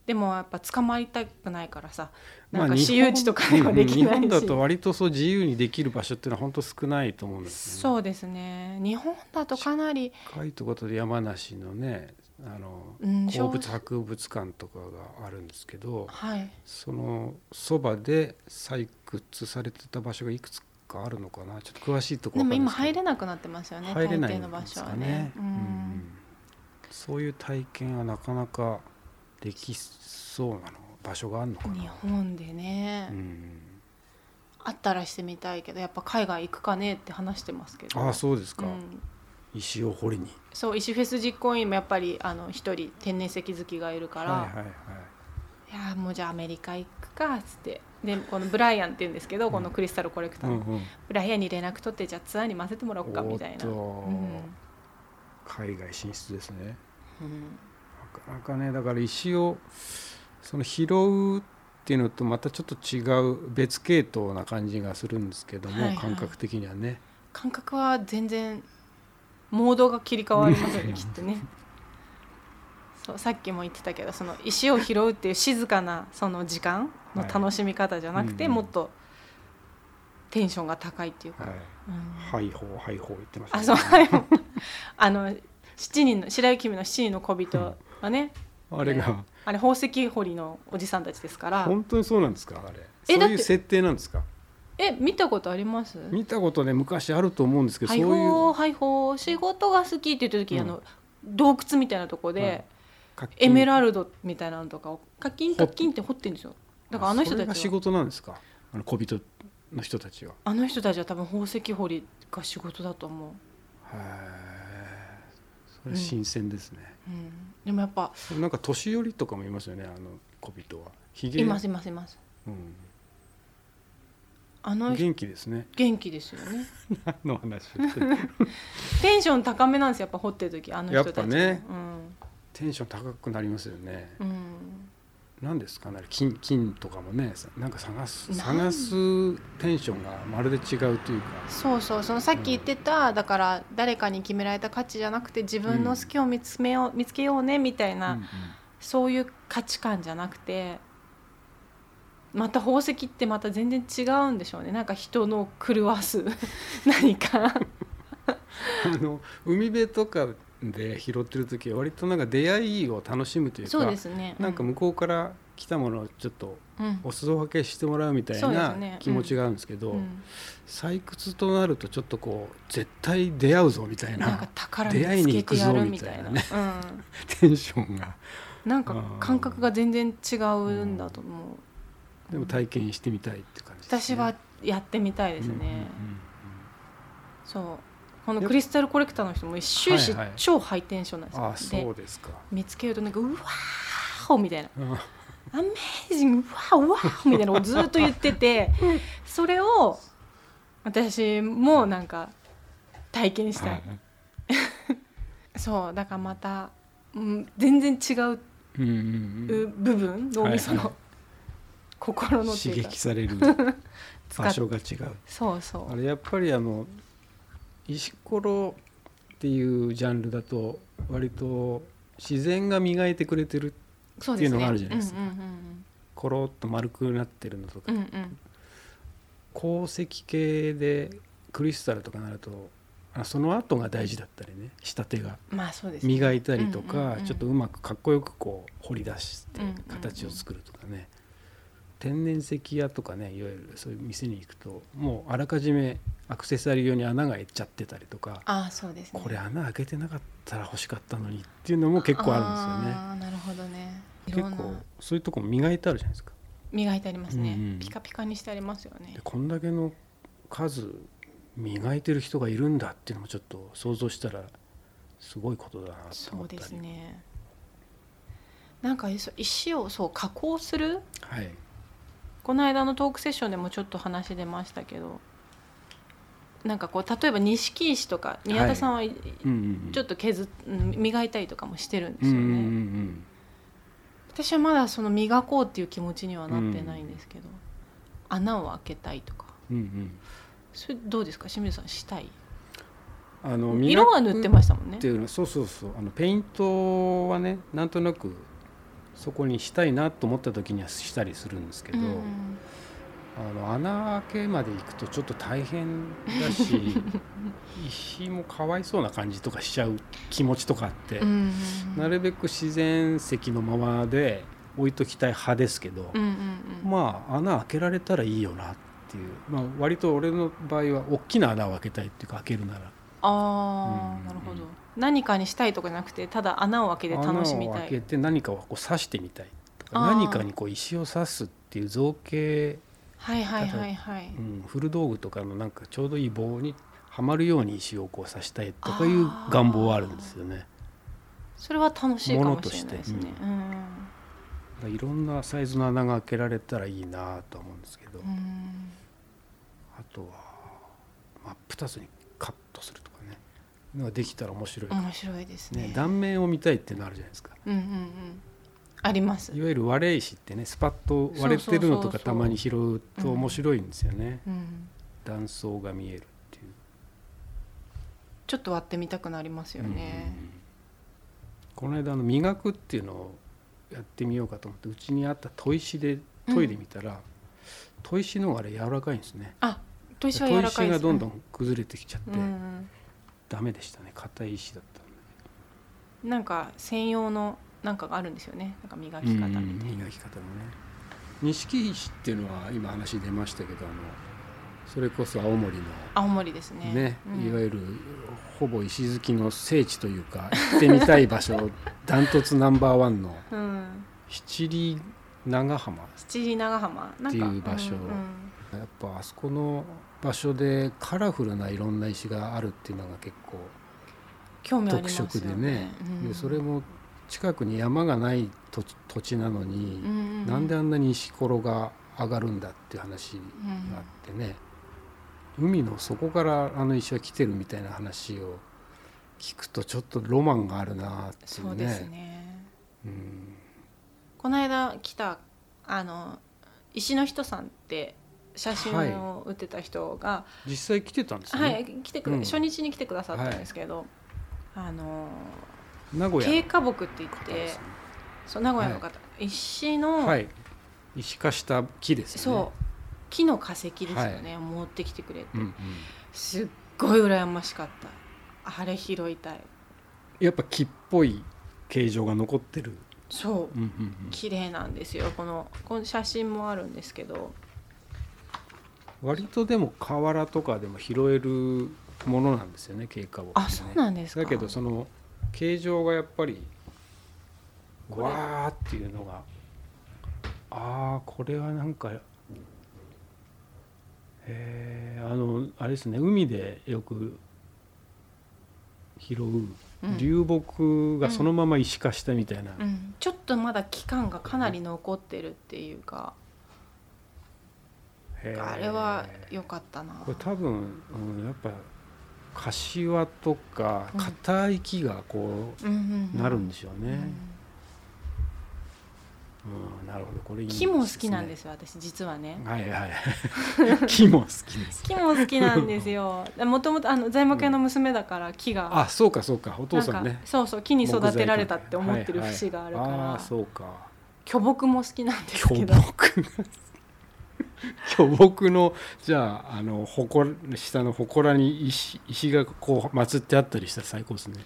Speaker 2: でもやっぱ捕まりたくないからさ
Speaker 1: ま
Speaker 2: な
Speaker 1: あ
Speaker 2: んか
Speaker 1: 日
Speaker 2: 私
Speaker 1: 本
Speaker 2: 有地とかではできないし、
Speaker 1: うん日本だと割とそう自由にできる場所っていうのは本当少ないと思うんですよね。
Speaker 2: そうですね日本だとかなり、
Speaker 1: そういうことで山梨のねあの
Speaker 2: うん、
Speaker 1: 鉱物
Speaker 2: 少
Speaker 1: 博物館とかがあるんですけど
Speaker 2: はい
Speaker 1: そのそばで採掘されてた場所がいくつかあるのかなちょっと詳しいとこ
Speaker 2: で
Speaker 1: ろ
Speaker 2: も今入れ
Speaker 1: な
Speaker 2: なくなってますよね
Speaker 1: 入れない
Speaker 2: 大抵の
Speaker 1: ん
Speaker 2: 場
Speaker 1: で
Speaker 2: 所
Speaker 1: す
Speaker 2: は
Speaker 1: か
Speaker 2: ね
Speaker 1: ね。
Speaker 2: う
Speaker 1: うんんそういう体験はなかなかできそうなの場所があるのかな。
Speaker 2: 日本でね、
Speaker 1: うん
Speaker 2: あったらしてみたいけどやっぱ海外行くかねって話してますけど
Speaker 1: ああそうですか、
Speaker 2: うん
Speaker 1: 石を掘りに
Speaker 2: そう石フェス実行委員もやっぱりあの一人天然石好きがいるから、
Speaker 1: はいはいはい
Speaker 2: いやーもうじゃあアメリカ行くかっつってでこのブライアンって言うんですけど、このクリスタルコレクタ
Speaker 1: う
Speaker 2: ーの、
Speaker 1: んうん
Speaker 2: ブライアンに連絡取ってじゃあツアーに混ぜてもらおうかみたいな、
Speaker 1: おっと
Speaker 2: うん
Speaker 1: 海外進出ですね
Speaker 3: うん
Speaker 1: なかなかねだから石をその拾うっていうのとまたちょっと違う別系統な感じがするんですけども、
Speaker 2: はいはい
Speaker 1: 感覚的にはね
Speaker 2: 感覚は全然モードが切り替わりますよねきっとねそうさっきも言ってたけどその石を拾うっていう静かなその時間の楽しみ方じゃなく
Speaker 1: は
Speaker 2: て、
Speaker 1: いうんうん
Speaker 2: もっとテンションが高いっていうか、
Speaker 1: はい
Speaker 2: うん
Speaker 1: 「はいほうはいほう」言ってました
Speaker 2: あ
Speaker 1: ね
Speaker 2: そうはいもうあの七人の白雪姫の七人の小人はね
Speaker 1: あれが、
Speaker 2: あれ宝石掘りのおじさんたちですから
Speaker 1: 本当にそうなんですかあれ
Speaker 2: えだ
Speaker 1: そ
Speaker 2: っ
Speaker 1: うい
Speaker 2: て
Speaker 1: う設定なんですか
Speaker 2: え見たことあります
Speaker 1: 見たことね昔あると思うんですけど、
Speaker 2: はい
Speaker 1: そうい
Speaker 2: ほ
Speaker 1: う
Speaker 2: うはいほう仕事が好きって言った
Speaker 1: う
Speaker 2: 時、
Speaker 1: ん
Speaker 2: あの洞窟みたいなとこで、
Speaker 1: はい課金
Speaker 2: エメラルドみたいなのとかをカキンカキンって掘ってんですよだからあの人
Speaker 1: そ
Speaker 2: た
Speaker 1: れが
Speaker 2: ち
Speaker 1: 仕
Speaker 2: は
Speaker 1: 事なんですかあの小人の人たちは
Speaker 2: あの人たちは多分宝石掘りが仕事だと思う、
Speaker 1: へえそれ新鮮ですね、
Speaker 2: うん、でもやっぱ
Speaker 1: なんか年寄りとかもいますよねあの小人はひげ
Speaker 2: いますいますいます
Speaker 1: うん
Speaker 2: あの人
Speaker 1: 元気です ね
Speaker 2: 元気ですよね
Speaker 1: 何の話をしてる
Speaker 2: テンション高めなんですよやっぱ掘ってる時あの人たち
Speaker 1: やっぱね
Speaker 2: うん
Speaker 1: テンション高くなりますよね
Speaker 2: うん、
Speaker 1: 何ですかね金金とかもねさなんか探す
Speaker 2: なん
Speaker 1: 探すテンションがまるで違うというか
Speaker 2: そうそうそのさっき言ってた、だから誰かに決められた価値じゃなくて自分の好きを見つめよう、見つけようねみたいな、
Speaker 1: うんうん
Speaker 2: そういう価値観じゃなくてまた宝石ってまた全然違うんでしょうねなんか人の狂 わす何か
Speaker 1: あの海辺とかで拾ってる時は割となんか出会いを楽しむというか
Speaker 2: そうですね
Speaker 1: なんか
Speaker 2: うん
Speaker 1: 向こうから来たものをちょっと
Speaker 2: うん
Speaker 1: お裾分けしてもらうみたい
Speaker 2: そうです
Speaker 1: な
Speaker 2: ね
Speaker 1: 気持ちがあるんですけど
Speaker 2: うん
Speaker 1: 採掘となるとちょっとこう絶対出会うぞみたい
Speaker 2: なんか
Speaker 1: な
Speaker 2: 宝見つけてやるみたい
Speaker 1: 出会
Speaker 2: な
Speaker 1: いに行
Speaker 2: うん
Speaker 1: テンションが
Speaker 2: なんか感覚が全然違うんだと思う、
Speaker 1: でも体験してみたいって感じです
Speaker 2: 私
Speaker 1: ね
Speaker 2: はやってみたいですね、
Speaker 1: うんうんうん
Speaker 2: そうこのクリスタルコレクターの人も終始
Speaker 1: はいはい
Speaker 2: 超ハイテンションなんですよ、
Speaker 1: あそ
Speaker 2: で
Speaker 1: うですか
Speaker 2: 見つけるとなんか「うわー!」みたいな
Speaker 1: うん
Speaker 2: 「アメージングうわーうわー!」みたいなのをずっと言って てそれを私もなんか体験したい、
Speaker 1: はい
Speaker 2: そうだからまた、うん、全然違う
Speaker 1: うんうんうん
Speaker 2: 部分脳みその、
Speaker 1: はいはい
Speaker 2: 心のって
Speaker 1: 刺
Speaker 2: いうか
Speaker 1: 激される
Speaker 2: 使っ
Speaker 1: 場所が違う
Speaker 2: そうそう
Speaker 1: あれやっぱりあの石ころっていうジャンルだと割と自然が磨いてくれてる
Speaker 2: そう
Speaker 1: っていうのがあるじゃないですか
Speaker 2: うんうん
Speaker 1: コロっと丸くなってるのとか
Speaker 2: うんうんうん
Speaker 1: 鉱石系でクリスタルとかなるとあその後が大事だったりね仕立てが
Speaker 2: うんまあそうですね
Speaker 1: 磨いたりと
Speaker 2: うんうん
Speaker 1: か
Speaker 2: うん
Speaker 1: ちょっとうまくかっこよくこう掘り出して
Speaker 2: うんうんうん
Speaker 1: 形を作るとかね天然石屋とかねいわゆるそういう店に行くともうあらかじめアクセサリー用に穴が開いちゃってたりとか
Speaker 2: ああそうですね
Speaker 1: これ穴開けてなかったら欲しかったのにっていうのも結構あるんですよね
Speaker 2: ああなるほどねいろ
Speaker 1: 結
Speaker 2: ん
Speaker 1: 構
Speaker 2: な
Speaker 1: そういうとこ磨いてあるじゃないですか
Speaker 2: 磨いてありますね、
Speaker 1: うんうん
Speaker 2: ピカピカにしてありますよね
Speaker 1: でこんだけの数磨いてる人がいるんだっていうのもちょっと想像したらすごいことだなと
Speaker 2: そ
Speaker 1: 思
Speaker 2: う
Speaker 1: った
Speaker 2: で
Speaker 1: り
Speaker 2: すねなんかそう石をそう加工する
Speaker 1: はい
Speaker 2: この間のトークセッションでもちょっと話出ましたけどなんかこう例えば錦石とか宮田さんは
Speaker 1: うんうんうん
Speaker 2: ちょっと削っ、うん磨いたりとかもしてるんで
Speaker 1: う
Speaker 2: す
Speaker 1: んう
Speaker 2: よ
Speaker 1: ん
Speaker 2: ね、
Speaker 1: うんうん
Speaker 2: 私はまだその磨こうっていう気持ちにはなってないんですけど、穴を開けたいとか
Speaker 1: うんうん
Speaker 2: それどうですか清水さんしたい
Speaker 1: あの
Speaker 2: 色は塗ってましたもんね
Speaker 1: っていうのはそうそうそうあのペイントはねなんとなくそこにしたいなと思った時にはしたりするんですけど、
Speaker 2: うん
Speaker 1: あの穴開けまで行くとちょっと大変だ し石もかわいそうな感じとかしちゃう気持ちとかあって、
Speaker 2: うん
Speaker 1: なるべく自然石のままで置いときたい派ですけど、
Speaker 2: うんうんうん
Speaker 1: まあ穴開けられたらいいよなっていう、まあ、割と俺の場合は大きな穴を開けたいっていうか開けるなら。
Speaker 2: あ
Speaker 1: うん
Speaker 2: あなるほど何かにしたいとかじゃなくてただ穴を開けて楽しみ
Speaker 1: 穴を
Speaker 2: た
Speaker 1: 開け
Speaker 2: い
Speaker 1: て何かをこう刺してみたいとか
Speaker 2: あー
Speaker 1: 何かにこう石を刺すっていう造形、
Speaker 2: はいはいはいはい
Speaker 1: うん、古道具とかのなんかちょうどいい棒にはまるように石をこう刺したいとかいう
Speaker 2: あー
Speaker 1: 願望はあるんですよね。
Speaker 2: それは楽しいかもしれないです
Speaker 1: ものと
Speaker 2: ね
Speaker 1: して
Speaker 2: うん
Speaker 1: だからいろんなサイズの穴が開けられたらいいなとは思うんですけど、
Speaker 2: うんうん
Speaker 1: あとは真っ二つにカットするとかねのができたら面白い、
Speaker 2: 面白いです
Speaker 1: ね
Speaker 2: ね
Speaker 1: 断面を見たいっていうのあるじゃないですか。
Speaker 2: うんうんうんあります
Speaker 1: いわゆる割れ石ってねスパッと割れてるのと
Speaker 2: そうそうそうそ
Speaker 1: か
Speaker 2: う
Speaker 1: たまに拾うと面白いんですよね。
Speaker 2: うん
Speaker 1: 断層が見えるっていう、
Speaker 2: ちょっと割ってみたくなりますよね
Speaker 1: うんこの間あの磨くっていうのをやってみようかと思ってうちにあった砥石で研いでみたら、砥石の方があれ柔らかいんですね
Speaker 2: あ砥石は柔らか
Speaker 1: 砥
Speaker 2: いで
Speaker 1: が
Speaker 2: す
Speaker 1: どんど
Speaker 2: ん
Speaker 1: ん崩れてきちゃって、
Speaker 2: うん
Speaker 1: ダメでしたね硬い石だったん
Speaker 2: なんか専用のなんかがあるんですよねなんか磨き
Speaker 1: で
Speaker 2: 方みたいな、
Speaker 1: 磨き方もね錦石っていうのは今話出ましたけどあのそれこそ青森の
Speaker 2: 青森ですね
Speaker 1: ね、
Speaker 2: うん
Speaker 1: いわゆるほぼ石好きの聖地というか行ってみたい場 所ダントツナンバーワンの
Speaker 2: うん、
Speaker 1: 七里長浜
Speaker 2: 七里長浜なんか
Speaker 1: っていう場所
Speaker 2: んん
Speaker 1: やっぱあそこの場所でカラフルないろんな石があるっていうのが結構
Speaker 2: 興味ありま
Speaker 1: 特
Speaker 2: すよ
Speaker 1: 色でね
Speaker 2: うん
Speaker 1: でそれも近くに山がない土地土地なの
Speaker 2: う
Speaker 1: に
Speaker 2: ん、うんうん、
Speaker 1: なんであんなに石ころが上がるんだっていう話があってね、海の底からあの石は来てるみたいな話を聞くとちょっとロマンがあるなってい
Speaker 2: そうう
Speaker 1: ね。
Speaker 2: ですね
Speaker 1: うん
Speaker 2: この間来たあの石の人さんって写真
Speaker 1: はい
Speaker 2: を打ってた人が、
Speaker 1: 実際来てたんですよね、
Speaker 2: はい、来てくれ、
Speaker 1: うん
Speaker 2: 初日に来てくださったんですけど、あの
Speaker 1: 名古屋
Speaker 2: 経
Speaker 1: の
Speaker 2: 過木って言って、
Speaker 1: 方ですね
Speaker 2: そう名古屋の方、石の、
Speaker 1: はい、石化した木ですよね。
Speaker 2: そう木の化石ですよね、持ってきてくれて
Speaker 1: うんうん、
Speaker 2: すっごい羨ましかったあれ拾いたい
Speaker 1: やっぱ木っぽい形状が残ってる
Speaker 2: そう
Speaker 1: うんうんうん
Speaker 2: 綺麗なんですよこのこの写真もあるんですけど
Speaker 1: 割とでも瓦とかでも拾えるものなんですよね経過木ってね
Speaker 2: あそうなんですか
Speaker 1: だけどその形状がやっぱり
Speaker 2: これ
Speaker 1: わーっていうのがああこれはなんかえーあのあれですね海でよく拾う
Speaker 2: うん
Speaker 1: 流木がそのまま石化したみたいな、
Speaker 2: うん、ちょっとまだ期間がかなり残ってるっていうか、
Speaker 1: へー
Speaker 2: あれは良かったな
Speaker 1: これ多分、うん、やっぱ柏とか
Speaker 2: うん
Speaker 1: 硬い木がこ
Speaker 2: うんうん
Speaker 1: うなるんでしょう
Speaker 2: うん
Speaker 1: ね、うんなるほどこれいい
Speaker 2: 木も好きなんですすよ私実はね
Speaker 1: ねはいはい 木も好きです
Speaker 2: 木も好きなんで すよもともとあの材木屋の娘だから木が、
Speaker 1: あそうかそうかお
Speaker 2: な
Speaker 1: 父
Speaker 2: ん
Speaker 1: さん
Speaker 2: か
Speaker 1: ね
Speaker 2: そうそう木に育てられたって思ってる節があるから、
Speaker 1: はいはいあーそうか
Speaker 2: 巨木も好きなんで
Speaker 1: 巨
Speaker 2: すけ
Speaker 1: 木
Speaker 2: ど
Speaker 1: が巨木のじゃああの祠下の祠に石石がこう祀ってあったりしたら最高ですね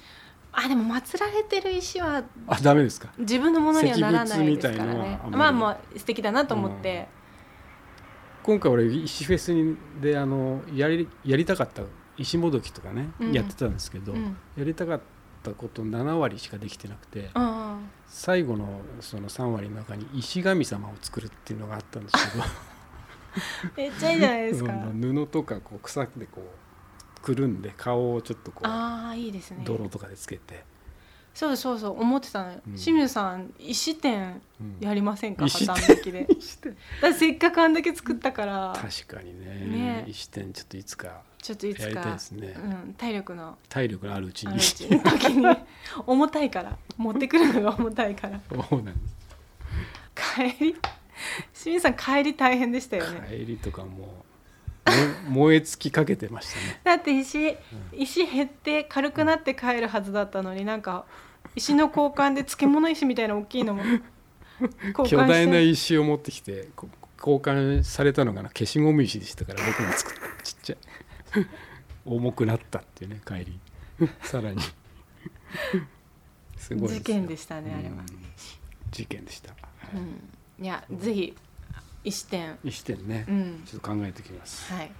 Speaker 2: あでも祀られてる石は
Speaker 1: あダメですか
Speaker 2: 自分のものにはならないですから
Speaker 1: 石仏みたい
Speaker 2: ね
Speaker 1: のはあんまり
Speaker 2: まあまあ素敵だなと思って、
Speaker 1: 今回俺石フェスにであのやりやりたかった石もどきとかね、
Speaker 2: うん
Speaker 1: やってたんですけど、
Speaker 2: うんうん
Speaker 1: やりたかったこと7割しかできてなくて
Speaker 2: うん
Speaker 1: 最後のその3割の中に石神様を作るっていうのがあったんですけど
Speaker 2: めっちゃいいじゃない ですか、
Speaker 1: うん布とかこう草でこうくるんで顔をちょっとこう
Speaker 2: ああいいですね
Speaker 1: 泥とかでつけて、
Speaker 2: そうそうそう思ってたのよ、
Speaker 1: うん
Speaker 2: 清水さん石店
Speaker 1: うん
Speaker 2: やりませんか
Speaker 1: 石
Speaker 2: 破
Speaker 1: 店
Speaker 2: 綻的でだってせっかくあんだけ作ったから
Speaker 1: 確かにね
Speaker 2: ね
Speaker 1: 石店ちょっといつか
Speaker 2: ちょっとい
Speaker 1: や
Speaker 2: つ
Speaker 1: りたい
Speaker 2: か
Speaker 1: ですね、
Speaker 2: うん、体力の
Speaker 1: 体力のあるうち
Speaker 2: あ
Speaker 1: に
Speaker 2: るうちに時に 重たいから持ってくるのが重たいから
Speaker 1: そうなんです
Speaker 2: 帰り清水さん帰り大変でしたよね
Speaker 1: 帰りとかもう燃え燃え尽きかけてましたね
Speaker 2: だって石石減って軽くなって帰るはずだったのになんか石の交換で漬物石みたいな大きいの も交換
Speaker 1: 巨大な石を持ってきてこ交換されたのがな消しゴム石でしたから僕が作ったちっちゃい 重くなったっていうね帰り さらにすごい
Speaker 2: 事件で
Speaker 1: し
Speaker 2: した
Speaker 1: た
Speaker 2: ねあれは。
Speaker 1: 事件でした、
Speaker 2: うんいやぜひ石店
Speaker 1: 石点ね、
Speaker 2: うん
Speaker 1: ちょっと考えてきます
Speaker 2: はい